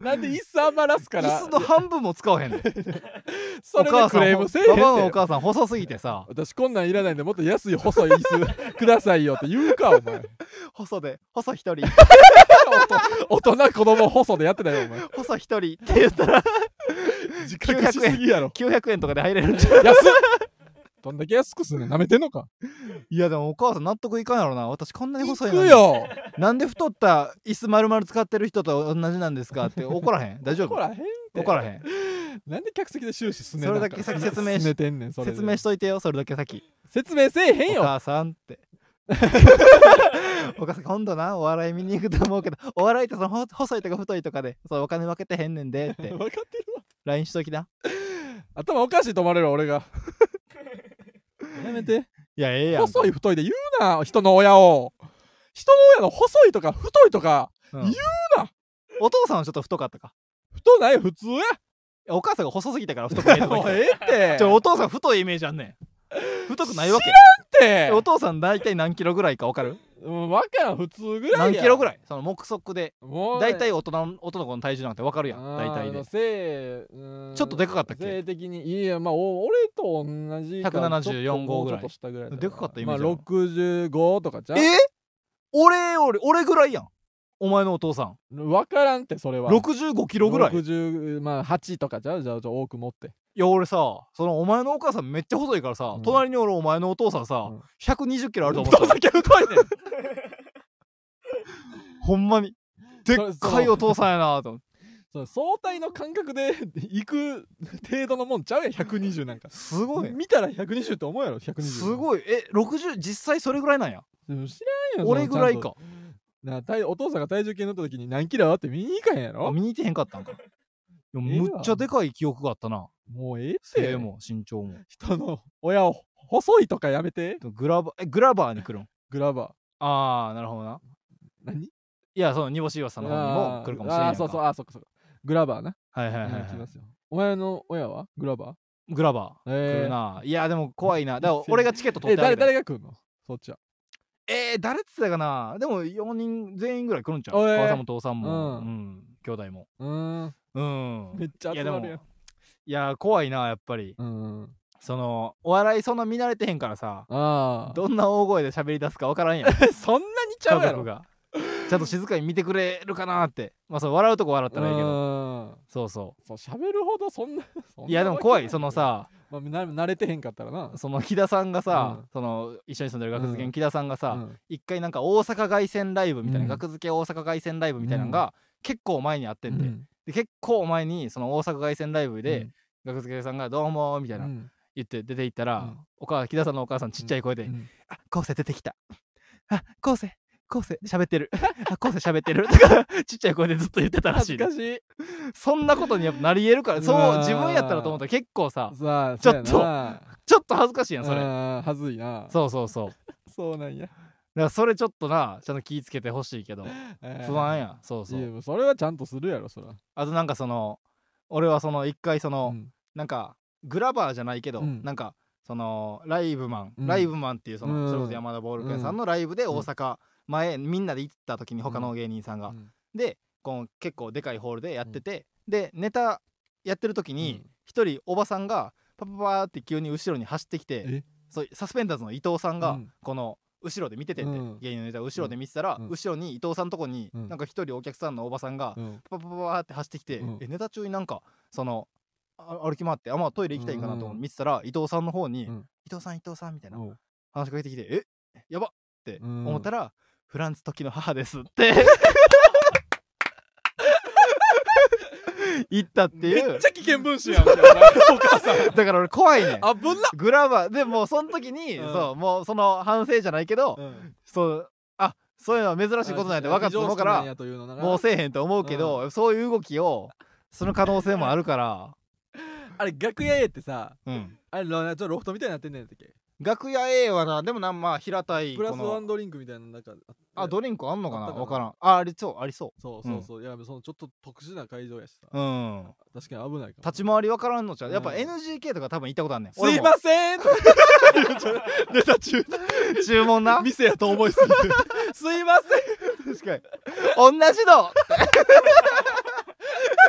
B: なんで椅子余らすか
A: 椅
B: ら
A: 子の半分も使わへんねん。
B: *laughs* それでクレームせえへん
A: お母さんババアのお
B: って
A: 母さん細すぎてさ、
B: 私こんなんいらないんでもっ
A: *laughs*
B: と安い細い椅子くださいよって言うかお前
A: 細で、細一人。
B: 大人大人子供細でやってたよお前
A: 細一人って言ったら
B: 時間かしすぎやろ
A: 900円とかで入れるんじゃ
B: 安っどんだけ安くすんねん舐めてんのか
A: いやでもお母さん納得いかんやろな私こんなに
B: 行
A: 細い
B: く
A: のに
B: よ
A: なんで太った椅子丸々使ってる人と同じなんですかって怒らへ
B: *laughs*
A: ん大丈夫
B: 怒らへんて
A: 怒らへん
B: なんで客席で終始すんねん
A: それだけ先説明し
B: してんねんそれで
A: 説明しといてよそれだけ先
B: 説明せえへん
A: お
B: よ
A: 母さんって
B: *laughs*
A: お母さん今度なお笑い見に行くと思うけどお笑いってそのほ細いとか太いとかでそうお金分けてへんねんでって
B: *laughs* 分かってるわ
A: LINE しときな
B: 頭おかしいと思われる俺がやめて
A: い *laughs* やええやん
B: *laughs* 細い太いで言うな人の親を人の親の細いとか太いとか
A: うん
B: 言うな
A: お父さんはちょっと太かったか
B: 太ないよ普通
A: *laughs*
B: や
A: お母さんが細すぎたから太くないとか言
B: も
A: っ
B: う
A: て
B: ええって
A: た *laughs* ちょお父さん太いイメージあんねん太くないわけ
B: って
A: お父さん大体何キロぐらいか分かる
B: うん分からん普通ぐらいや
A: 何キロぐら
B: い
A: いその目測で
B: もう
A: 大体大人の男の子の体重なんて分かるやん大体で
B: せい
A: ちょっとでかかったっけ
B: 性的にいやまあお俺と同じか
A: 174号ぐらい
B: ちょっと下ぐらいだ
A: でかかったイメージある
B: まあ65とかじゃん
A: え俺より俺ぐらいやんお前のお父さん
B: 分からんってそれは
A: 65キロぐらいい
B: 60まあ8とかじゃうじゃあ多く持って
A: や俺さそのお前のお母さんめっちゃ細いからさ、
B: うん
A: 隣におるお前のお父さんさ、
B: うん
A: 120キロあると思
B: ど
A: っ
B: ん
A: た
B: だけ太いねん
A: *laughs* ほんまにでっかいお父さんやなと思って
B: その相対の感覚で *laughs* 行く程度のもんちゃうやん120なんか
A: すごいね
B: 見たら120って思うやろ120
A: すごいえ60実際それぐらいなんや
B: でも知らんよ
A: 俺ぐらい
B: そのち
A: か
B: ゃんとな体お父さんが体重計乗った時に何キロあって見に行かへんや
A: あ
B: ろ
A: 見に行ってへんかったんかでも
B: ええわ
A: むっちゃでかい記憶があったな
B: もうええって
A: 背も身長も
B: 人の親を細いとかやめて
A: グラバえグラバーに来るん
B: グラバ
A: ああなるほどな
B: ー何
A: いやその煮干し岩さんの方にも来るかもしれ
B: あ
A: な
B: ー
A: い
B: そうそうあーそっかそっかグラバーな、
A: はいはいはい、
B: うん来
A: は
B: ますよお前の親はグラバー
A: い、グラバー
B: え
A: 来
B: ー
A: るな、いやでも怖いなだから俺がチケット取
B: え
A: ってあ
B: 誰
A: げる
B: 誰が来るのそっちは
A: えー、誰っつってたかなでも4人全員ぐらい来るんちゃう
B: おえー
A: 母さんも父さんも、
B: う
A: うんん兄弟も
B: うーん
A: うん
B: めっちゃ
A: い
B: 集
A: やで
B: ま
A: も
B: るやん
A: いや怖いなやっぱり
B: うんうん
A: そのお笑いそんな見慣れてへんからさ
B: ああ
A: どんな大声で喋り出すかわからんやん
B: *laughs* そんなに *laughs* ちゃ
A: 家
B: うやろ
A: 族がちゃんと静かに見てくれるかなってまあそう笑うとこ笑ったらいいけど
B: うん
A: そうそ
B: そう喋るほどそんな *laughs* そんな
A: ういやでも怖い
B: わけな
A: その、さ
B: まあ、な慣れてへんかったらな
A: その木田さんがさ、
B: うん
A: その一緒に住んでる学付け
B: うん
A: の木田さんがさ、
B: うん
A: 一回なんか大阪凱旋ライブみたいな、
B: うん
A: 学付け大阪凱旋ライブみたいなのが結構前にあってんで,、
B: うん
A: で結構前にその大阪凱旋ライブで、学付けさんが「どうも」みたいな、
B: うん
A: 言って出て行ったら、
B: うん
A: お母木田さんのお母さんちっちゃい声で「
B: うん
A: あ昴生出てきた」あ「昴生昴生喋って
B: *laughs*
A: る」「あ昴生喋ってる」とかちっちゃい声でずっと言ってたらし
B: 恥
A: い
B: ず
A: で
B: かしい
A: そんなことにやっぱなりえるからそう
B: わー
A: う自分やったらと思ったら結構さ
B: さあ
A: ちょっと
B: そうやな
A: ちょっと恥ずかしいやんそれ、
B: うん恥ずいな
A: そうそう
B: *laughs*
A: そう
B: そうなん
A: だ
B: や、
A: からそれちょっとなちゃんと気ぃつけてほしいけど
B: えー
A: 不安やそうそ
B: いや
A: う
B: もうそれはちゃんとするやろそら
A: あとなんかその俺はその一回その、
B: うん
A: なんかグラバーじゃないけど、
B: うん
A: なんかそのライブマン、
B: うん
A: ライブマンっていうその、
B: うん
A: それこそ山田ボールペンさんのライブで
B: うん
A: 大阪、前みんなで行った時に他の芸人さんが、
B: うん
A: でこの結構でかいホールでやってて、でネタやってる時に一人おばさんがパパパーって急に後ろに走ってき
B: え
A: てそうサスペンダーズの伊藤さんが、
B: うん
A: この後ろで見ててんで、
B: うん
A: 芸人のネタを後ろで見てたら、
B: うん
A: 後ろに伊藤さんとこに、
B: うん
A: なんか一人お客さんのおばさんが、
B: うん
A: パパパパーって走ってきて、
B: うん
A: えネタ中になんかそのあ歩き回ってあまあトイレ行きたいんかなと思って見てたら、伊藤さんの方に、
B: うん
A: 伊藤さん伊藤さん」みたいな
B: おう
A: 話しかけてきて「えやばっ!」って
B: うん
A: 思ったら、フランツ時の母です」って *laughs* 言ったって
B: め
A: い
B: っ
A: う
B: ちゃ危険分子やんお
A: *laughs*
B: 母さん
A: だから俺怖いねん
B: あぶんな
A: グラバーでもうその時に、
B: うん
A: そうもうその反省じゃないけど、そうあそういうのは珍しいことなんやって分かって思うか
B: も
A: ら
B: う
A: もうせえへんと思うけど、そういう動きをする可能性もあるから、
B: あれ楽屋へってさ
A: うん、
B: あれロちょっとロフトみたいになってんねんやったっけ
A: 楽屋 A はなでもなまあ平たい
B: プラ
A: こ
B: スワン
A: の
B: ドリンクみたいななんかって
A: あドリンクあんのか
B: あ
A: な
B: ったかな
A: 分からんあありそうありそ
B: そうそうそう、いやそのちょっと特殊な会場やしさ
A: ううん
B: 確かに危ないかも
A: 立ち回り分からんのちゃうやっぱ
B: うん
A: NGK とか多分行ったことあんねん
B: すいませんネタ中
A: 俺も注文な
B: 店やと思いすぎてすいませ
A: *laughs* 確かに
B: *laughs*
A: 同じの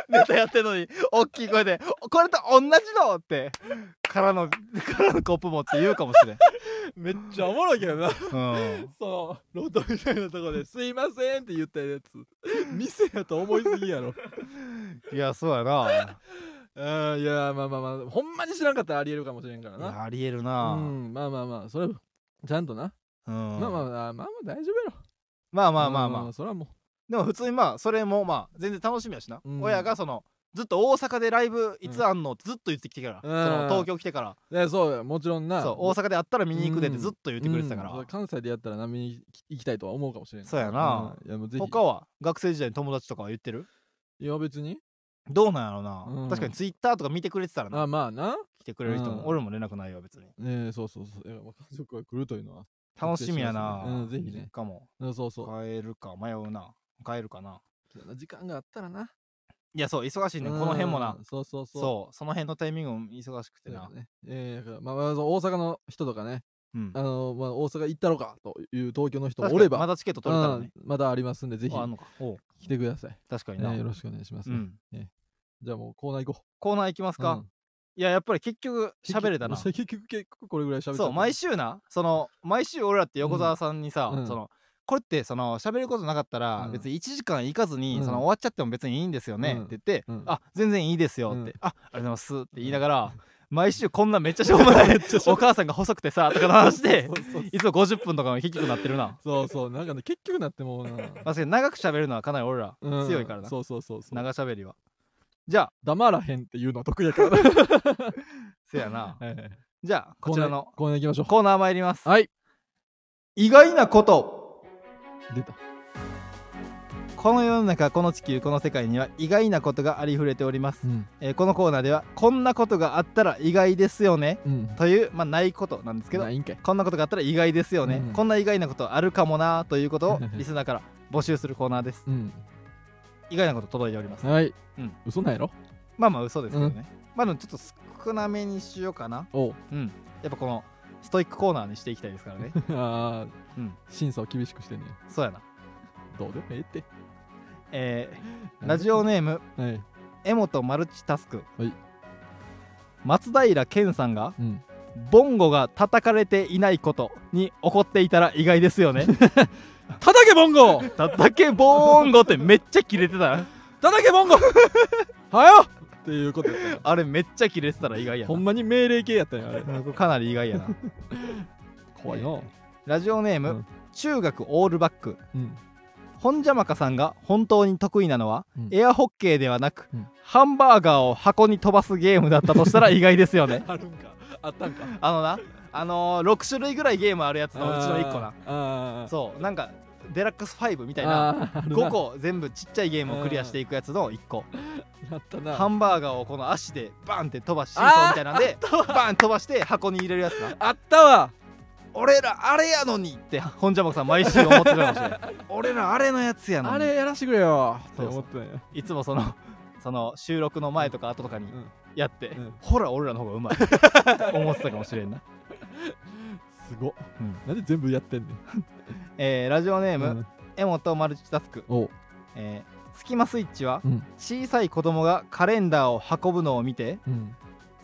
A: ネタやってんのに大きい声でこれと同じのってからのからのコップ持って言うかもしれん、
B: めっちゃおもろいけどな
A: うん、
B: そのロードみたいなとこで「すいません」って言ったやつ店やと思いすぎやろ
A: いやそうやな
B: *laughs* あーいやまあまあまあほんまに知らんかったらありえるかもしれんから
A: いや
B: な
A: ありえる
B: う
A: な、うん
B: んまあまあまあそれちゃんとな、まあまあまあまあまあ大丈夫やろ
A: まあまあまあまあ、
B: それはも
A: でも普通にまあそれもまあ全然楽しみやしな、
B: うん
A: 親がそのずっと大阪でライブいつあんのってずっと言ってきてから、
B: うん
A: その東京来てから、
B: ういやそうやもちろんな
A: そう大阪であったら見に行くでってずっと言ってくれてたから、
B: うん関西でやったら波に行きたいとは思うかもしれん
A: そうやな、
B: うんいやもうぜひ
A: 他は学生時代の友達とかは言ってる
B: いや別に
A: どうなんやろうな、
B: うん
A: 確かにツイッターとか見てくれてたらな
B: あまあな
A: 来てくれる人も、
B: うん
A: 俺も連絡ないよ別に
B: ねえそうそうそういやまあ家族が来るというのは
A: 楽しみやな、
B: うんぜひね
A: かも
B: うんそうそう
A: 帰るか迷うな帰るかな
B: 時間があったらない
A: やそう忙しいねこの辺もな
B: うんそうそうそう
A: そうその辺のタイミングも忙しくて
B: だ
A: な、
B: よねええだからまあまあそう大阪の人とかね
A: うん
B: あのまあ大阪行ったろかという東京の人
A: 確
B: も
A: か
B: お
A: に
B: れば
A: まだチケット取れたらね、
B: うんまだありますんでぜひ
A: あんのかおう
B: 来てください
A: 確か
B: え
A: にな、
B: えよろしくお願いします
A: う
B: ね
A: ん、
B: じゃあもうコーナー行こ
A: コーナー行きます
B: う
A: か、
B: うん
A: いややっぱり結局喋れたな
B: 結局結局結局これぐらい喋った
A: そう毎週なその毎週俺らって横澤さんにさ、
B: うん
A: そのこれってその喋ることなかったら
B: うん
A: 別に1時間行かずに、
B: うん
A: その終わっちゃっても別にいいんですよね、
B: うん
A: って言って、
B: うん
A: あ全然いいですよって、
B: うん
A: あありがとうございますって言いながら、毎週こんなめっちゃしょうも
B: *laughs*
A: ないお母さんが細くてさとかの話で
B: そうそうそう
A: いつも50分とかの低くなってるな
B: そうそうなんかね結局なってもうな
A: 確かに長く喋るのはかなり俺ら
B: う
A: *laughs*
B: ん
A: 強いからな、
B: そうそうそうそう
A: 長喋りはじゃあ
B: 黙らへんっていうのは得意や
A: *laughs*
B: からな
A: せやな
B: *laughs* はいはい
A: じゃあこちらの
B: コーナーコーナー行きましょ
A: コーナー参ります
B: うはい
A: 意外なこと
B: 出た
A: この世の中この地球この世界には意外なことがありふれております、
B: うん
A: えーこのコーナーではこんなことがあったら意外ですよね
B: うん
A: というまあないことなんですけど
B: ないんかい
A: こんなことがあったら意外ですよね、
B: うん
A: こんな意外なことあるかもなということをリスナーから募集するコーナーです
B: うん
A: 意外なこと届いております
B: はい
A: うん
B: 嘘なんやろ
A: まあまあ嘘ですけどね、まあでもちょっと少なめにしようかな
B: お
A: *laughs*
B: う
A: うんやっぱこのストイックコーナーにしていきたいですから
B: *laughs*
A: ね
B: あ
A: う
B: ー
A: ん
B: 審査を厳しくしてね
A: そうやな
B: どうでもええって
A: えーラジオネーム
B: はい
A: 柄本マルチタスク、
B: はい
A: 松平健さんが *laughs*
B: うん
A: ボンゴが叩かれていないことに怒っていたら意外です
B: *laughs*
A: よね
B: 叩けボンゴ
A: 叩けボーンゴってめっちゃキレてた
B: 叩けボンゴはよっていうことやったよ
A: あれめっちゃキレてたら意外や
B: ほんまに命令系やったよあれ
A: なかなり意外や
B: *laughs*
A: な
B: 怖いな
A: ラジオネーム、
B: うん
A: 中学オールバック
B: うん
A: 本邪魔かさんが本当に得意なのは、
B: うん
A: エアホッケーではなく、
B: うん
A: ハンバーガーを箱に飛ばすゲームだったとしたら意外ですよ
B: *laughs*
A: ね
B: あるんかあったんか
A: あのなあのー、6種類ぐらいゲームあるやつ
B: そ
A: のうちの1個な
B: あーあー
A: そうなんかデラックス5みたいな
B: あーあるな
A: 5個全部ちっちゃいゲームをクリアしていくやつの1個
B: あったな
A: ハンバーガーをこの足でバンって飛ばしシーソーみたいなん *laughs* でバン飛ばして箱に入れるやつな
B: あったわ
A: 俺らあれやのにって本邪魔さん毎週思ってるかもしれない *laughs* 俺らあれのやつやのに
B: あれやらしてくれよって
A: そうそ
B: 思
A: う
B: ってたんや
A: いつもそのその収録の前とか後とかに
B: うん
A: やって、
B: うん
A: ほら俺らの方がう *laughs* まい思ってたかもしれんな、
B: すごっ
A: うん
B: なんで全部やってんねん
A: えーラジオネー
B: う
A: ム
B: ん
A: 柄本マルチタスク、
B: おう
A: えースキマスイッチは
B: うん
A: 小さい子供がカレンダーを運ぶのを見て
B: うん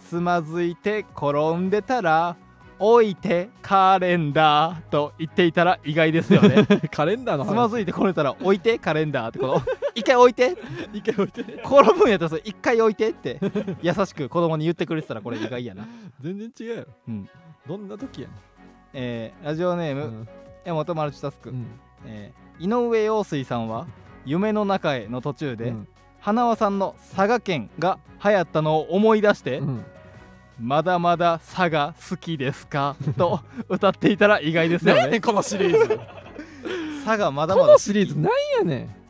A: つまずいて転んでたら置いてカレンダーと言っていたら意外です
B: *laughs*
A: よね
B: カレンダーの
A: つまずいて転んでたら置いてカレンダーってこと *laughs* 一回置いて
B: いて一回置いて
A: 転ぶんやったらそれ一回置いてって優しく子供に言ってくれてたらこれ意外やな、
B: 全然違うよ
A: うん
B: どんな時やね
A: えーラジオネー
B: んう
A: ム
B: ん
A: 柄本マルチタスク、
B: うん
A: えー井上陽水さんは「夢の中へ」の途中で、
B: うん
A: 花輪さんの佐賀県が流行ったのを思い出して「
B: うん
A: まだまだ佐賀好きですか?」と歌っていたら意外です
B: 何や
A: よ
B: ね
A: ね
B: んこのシリー
A: *laughs*
B: ズ
A: 佐賀まだ
B: こ
A: まだ
B: のシリーズなんやね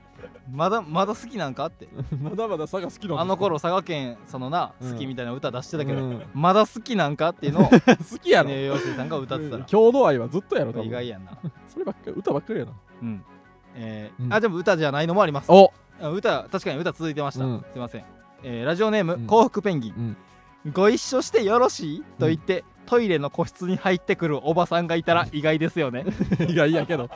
A: まだまだ好きなんかって
B: ん *laughs* まだまだ佐賀好きな
A: あの頃佐賀県そのな
B: うん
A: 好きみたいな歌出してたけど、
B: うん *laughs*
A: まだ好きなんかっていうのを
B: 好 *laughs* きやろ
A: 井上陽水さんが歌ってたら
B: 郷土愛はずっとやろ多分
A: 意外やんな
B: そればっかり歌ばっかりやな
A: うんえー
B: うん
A: あでも歌じゃないのもあります
B: *laughs* お
A: あ歌確かに歌続いてました、
B: うん
A: すいません、えーラジオネーム、
B: うん
A: 幸福ペンギン、ご一緒してよろしいと言って、トイレの個室に入ってくるお
B: *laughs*
A: ばさんがいたら意外ですよね
B: 意外やけど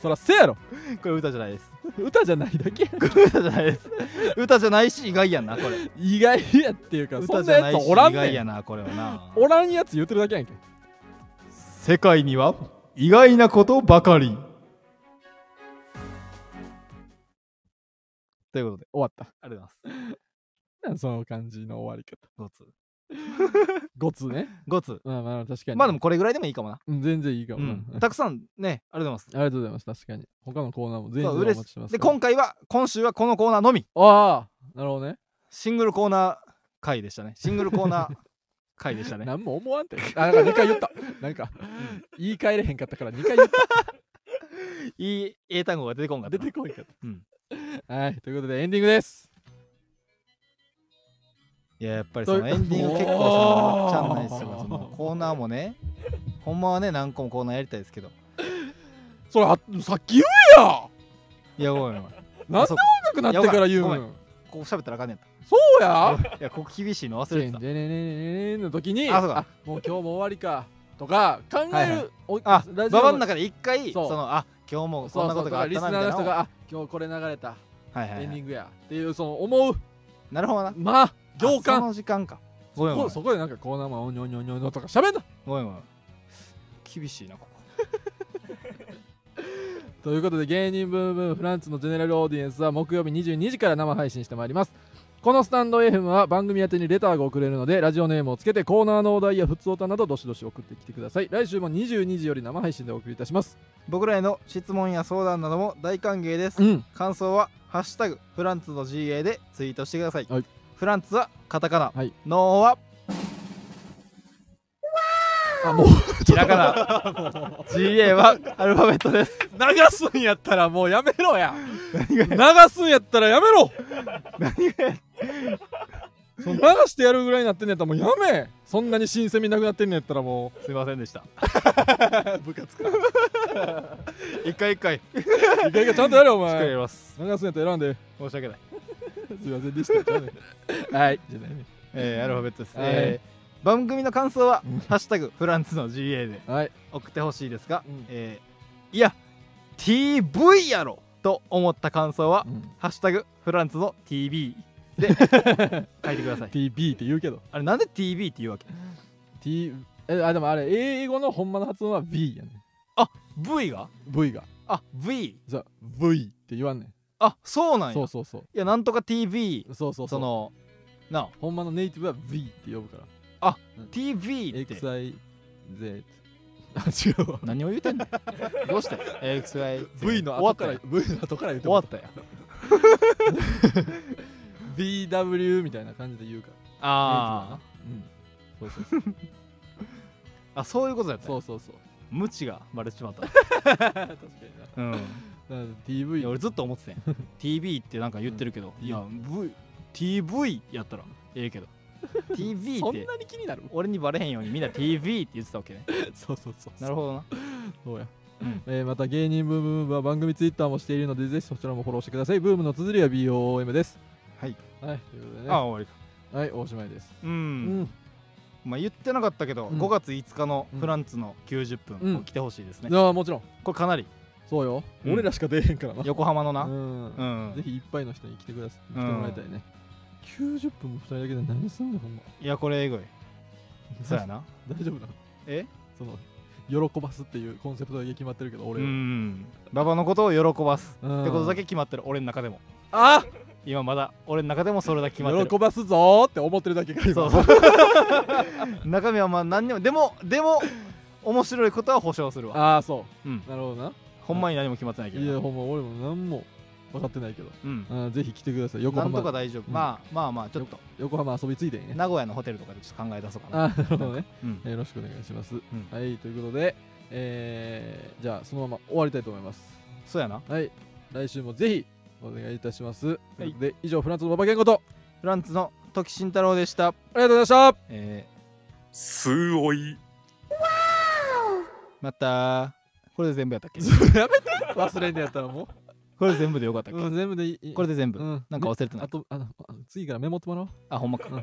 B: そらせやろ
A: これ歌じゃないです
B: 歌じゃないだけやん
A: 歌じゃないです歌じゃないし意外やんなこれ
B: 意外やっていうかそ
A: 歌
B: ん
A: じ
B: な
A: ゃな
B: や
A: い
B: つ
A: し
B: お
A: 意
B: らんね
A: 外
B: ん
A: やなこれはな
B: おらんやつ言ってるだけやんけ
A: 世界には意外なことばかりということで
B: 終わった
A: ありがとう
B: なんその感じの終わり方
A: ございます
B: ごつね
A: 5つ5
B: まあまあ確か
A: つ
B: に
A: まあでもこれぐらいでもいいかもな、
B: うん全然いいか
A: う
B: もな、
A: ん、たくさんねありがとうございます
B: ありがとうございます確かに他のコーナーも全然
A: そう
B: お
A: 嬉し
B: 待ちしてます
A: で
B: から
A: 今回は今週はこのコーナーのみ
B: ああなるほどね
A: シングルコーナー回でしたねシングルコーナー回でした
B: *laughs*
A: ね
B: 何も思わんてあなんか2回言ったなんか言い換えれへんかったから2回言った
A: いい英単語が出てこんかった
B: 出
A: な
B: てこいかった、
A: うん
B: はいということでエンディングです
A: いややっぱりそ
B: と
A: のエンディング結構
B: おー
A: そのちゃんないですよそのコーナーもねほんまはね何個もコーナーやりたいですけど
B: それあさっき言えや
A: いやごめんごめん
B: なんで
A: そう
B: 高くなってから言う
A: ごめ
B: ん
A: んここ喋ったらあかんねん
B: そうや
A: たいやここ厳しいの忘れてた
B: ねねねねの時に
A: あそうか
B: もう今日も終わりかとか考える、
A: はいは
B: お
A: あ
B: ラジオ
A: ババの中で一回
B: そ
A: そうのあ今日も
B: そ
A: こ
B: うん
A: な
B: そ
A: こと
B: うと
A: があっ
B: か
A: た
B: リスナ
A: なみた
B: ー
A: い
B: の
A: なの
B: 人
A: を
B: があ今日これ流れた、
A: はいはい
B: エン
A: は
B: ディ
A: い
B: ングやっていうその思う
A: なるほどな
B: まあ行
A: あそ
B: 間
A: の時間かごめんごめ
B: こ
A: ん
B: そこでなんかコーナーもおにょにょにょにょとか喋んな
A: ごめんごめん厳しいなここと
B: いうことで芸人ブームブームフランツのジェネラルオーディエンスは木曜日22時から生配信してまいりますこのスタンド FM は番組宛てにレターが送れるのでラジオネームをつけてコーナーのお題や普通歌などどしどし送ってきてください来週も22時より生配信でお送りいたします
A: 僕らへの質問や相談なども大歓迎です
B: うん
A: 感想は「ハッシュタグフランツの GA」でツイートしてください、
B: はい
A: フランツはカタカナ、
B: はい
A: ノーは
B: あもう *laughs*
A: ひらがな GA はアルファベットです
B: 流すんやったらもうやめろや流すんやったらやめろその流してやるぐらいになってんのやったらもうやめそんなに新鮮味なくなってんのやったらも
A: すいませんでした *laughs*
B: う部活か
A: 一回一回し
B: いかいかちゃんとやれお *laughs*
A: っかりや
B: 前
A: ります
B: 流すんやったら選んで
A: 申し訳ない、
B: すいませんでしたちゃうね *laughs* はいじゃないね
A: えー、アルファベットです、
B: はい
A: えー番組の感想は「ハッシュタグフランツの GA」で
B: はい
A: 送ってほしいですが、
B: うん
A: えーいや TV やろと思った感想は「ハッシュタグフランツの TV」で
B: *laughs*
A: 書いてください
B: TB って言うけど
A: あれなんで TV って言うわけ
B: T えあでもあれ英語のほんまの発音は V やね
A: V が
B: V が
A: あ V
B: じゃ V って言わんね
A: あそうなん
B: ん
A: や
B: そうそうそう
A: いやなんとか TV
B: そうそ
A: そ
B: うそう
A: のなあ
B: ほんまのネイティブは V って呼ぶから
A: TV って
B: XIZ *laughs* あ違うわ
A: 何を言うてんのどうして XY
B: V の
A: 終わ
B: 後
A: った
B: から
A: やん
B: V の後から言う
A: 終
B: ても
A: わ
B: ら
A: ったやん
B: BW みたいな感じで言うから
A: あ
B: ネイティブはなうんそうそう
A: ああそういうことやったん *laughs*
B: そ
A: や
B: うそうそう
A: 無知がバレてしまった
B: *laughs* 確かにな
A: うん
B: だから
A: いや
B: TV
A: 俺ずっと思って
B: *laughs*
A: たんや TV ってなんか言ってるけど
B: うん
A: いや V TV やったらえ
B: *laughs*
A: えけど TV
B: そ
A: っ
B: ん
A: て
B: なに気になる
A: 俺にバレへんようにみんな TV って言ってたわけね
B: *laughs* そうそうそう
A: なるほどな
B: そうや
A: うん。
B: えーまた芸人ブームブームは番組ツイッターもしているのでぜひそちらもフォローしてください。ブームの綴りは BOM です。
A: はい。
B: はい。ということで
A: あ
B: ね。
A: 終わりか
B: はい、おしまいです。
A: う。
B: うん
A: まあ言ってなかったけど
B: うん
A: 5月5日の
B: うん
A: フランツの90
B: う
A: 分
B: ん
A: を来てほしいですね
B: じゃあもちろん。
A: これかなり
B: そうよ。
A: うん
B: 俺らしか出えへんからな。
A: 横浜のな
B: うん
A: う。
B: ぜ
A: ん
B: ひいっぱいの人に来てください。来
A: うん
B: てもらいたいね。90分も2人だけで何すんのほんま。
A: いやこれえぐいそうや
B: *laughs*
A: な
B: 大丈夫なの
A: え
B: その、喜ばすっていうコンセプトだけ決まってるけど、
A: う
B: 俺は。
A: ん馬場のことを喜ばす
B: うん
A: ってことだけ決まってる俺の中でも
B: あ
A: 今まだ俺の中でもそれだけ決まってる
B: 喜ばすぞーって思ってるだけが今
A: そうそう *laughs* 中身はまあ何にもでもでも面白いことは保証するわ
B: *laughs* ああ、そ
A: うん
B: う。なるほどな。
A: ほんまに何も決まってないけ
B: い
A: ど
B: や、
A: な
B: ほんま俺も何も分かってないけど。
A: うん
B: うんぜひ来てください。横
A: なんとか
B: 浜
A: 大丈夫
B: うん
A: まあまあまあちょっと
B: 横浜遊びついでにね。
A: 名古屋のホテルとかでちょっと考え出そうかな
B: あ、なるほどね。
A: うん
B: よろしくお願いします。
A: ん
B: はい、ということで、えーじゃあそのまま終わりたいと思います。
A: そうやな
B: はい、来週もぜひお願いいたします。と
A: は
B: いう
A: い
B: ことで、以上、フランスの馬場健吾と、
A: フランツの時慎太郎でした
B: ありがとうございました
A: え
C: すご
B: *laughs*
C: い。
A: ーまたこれで全部やったっけ
B: やめて忘れんのやったらも
A: これで全部でよかったっ
B: う、う
A: け
B: ん、全部でいい。
A: これで全部
B: うん、
A: なんか忘れてない
B: あとあの、次からメモってもらおう。
A: あほんまか
B: うん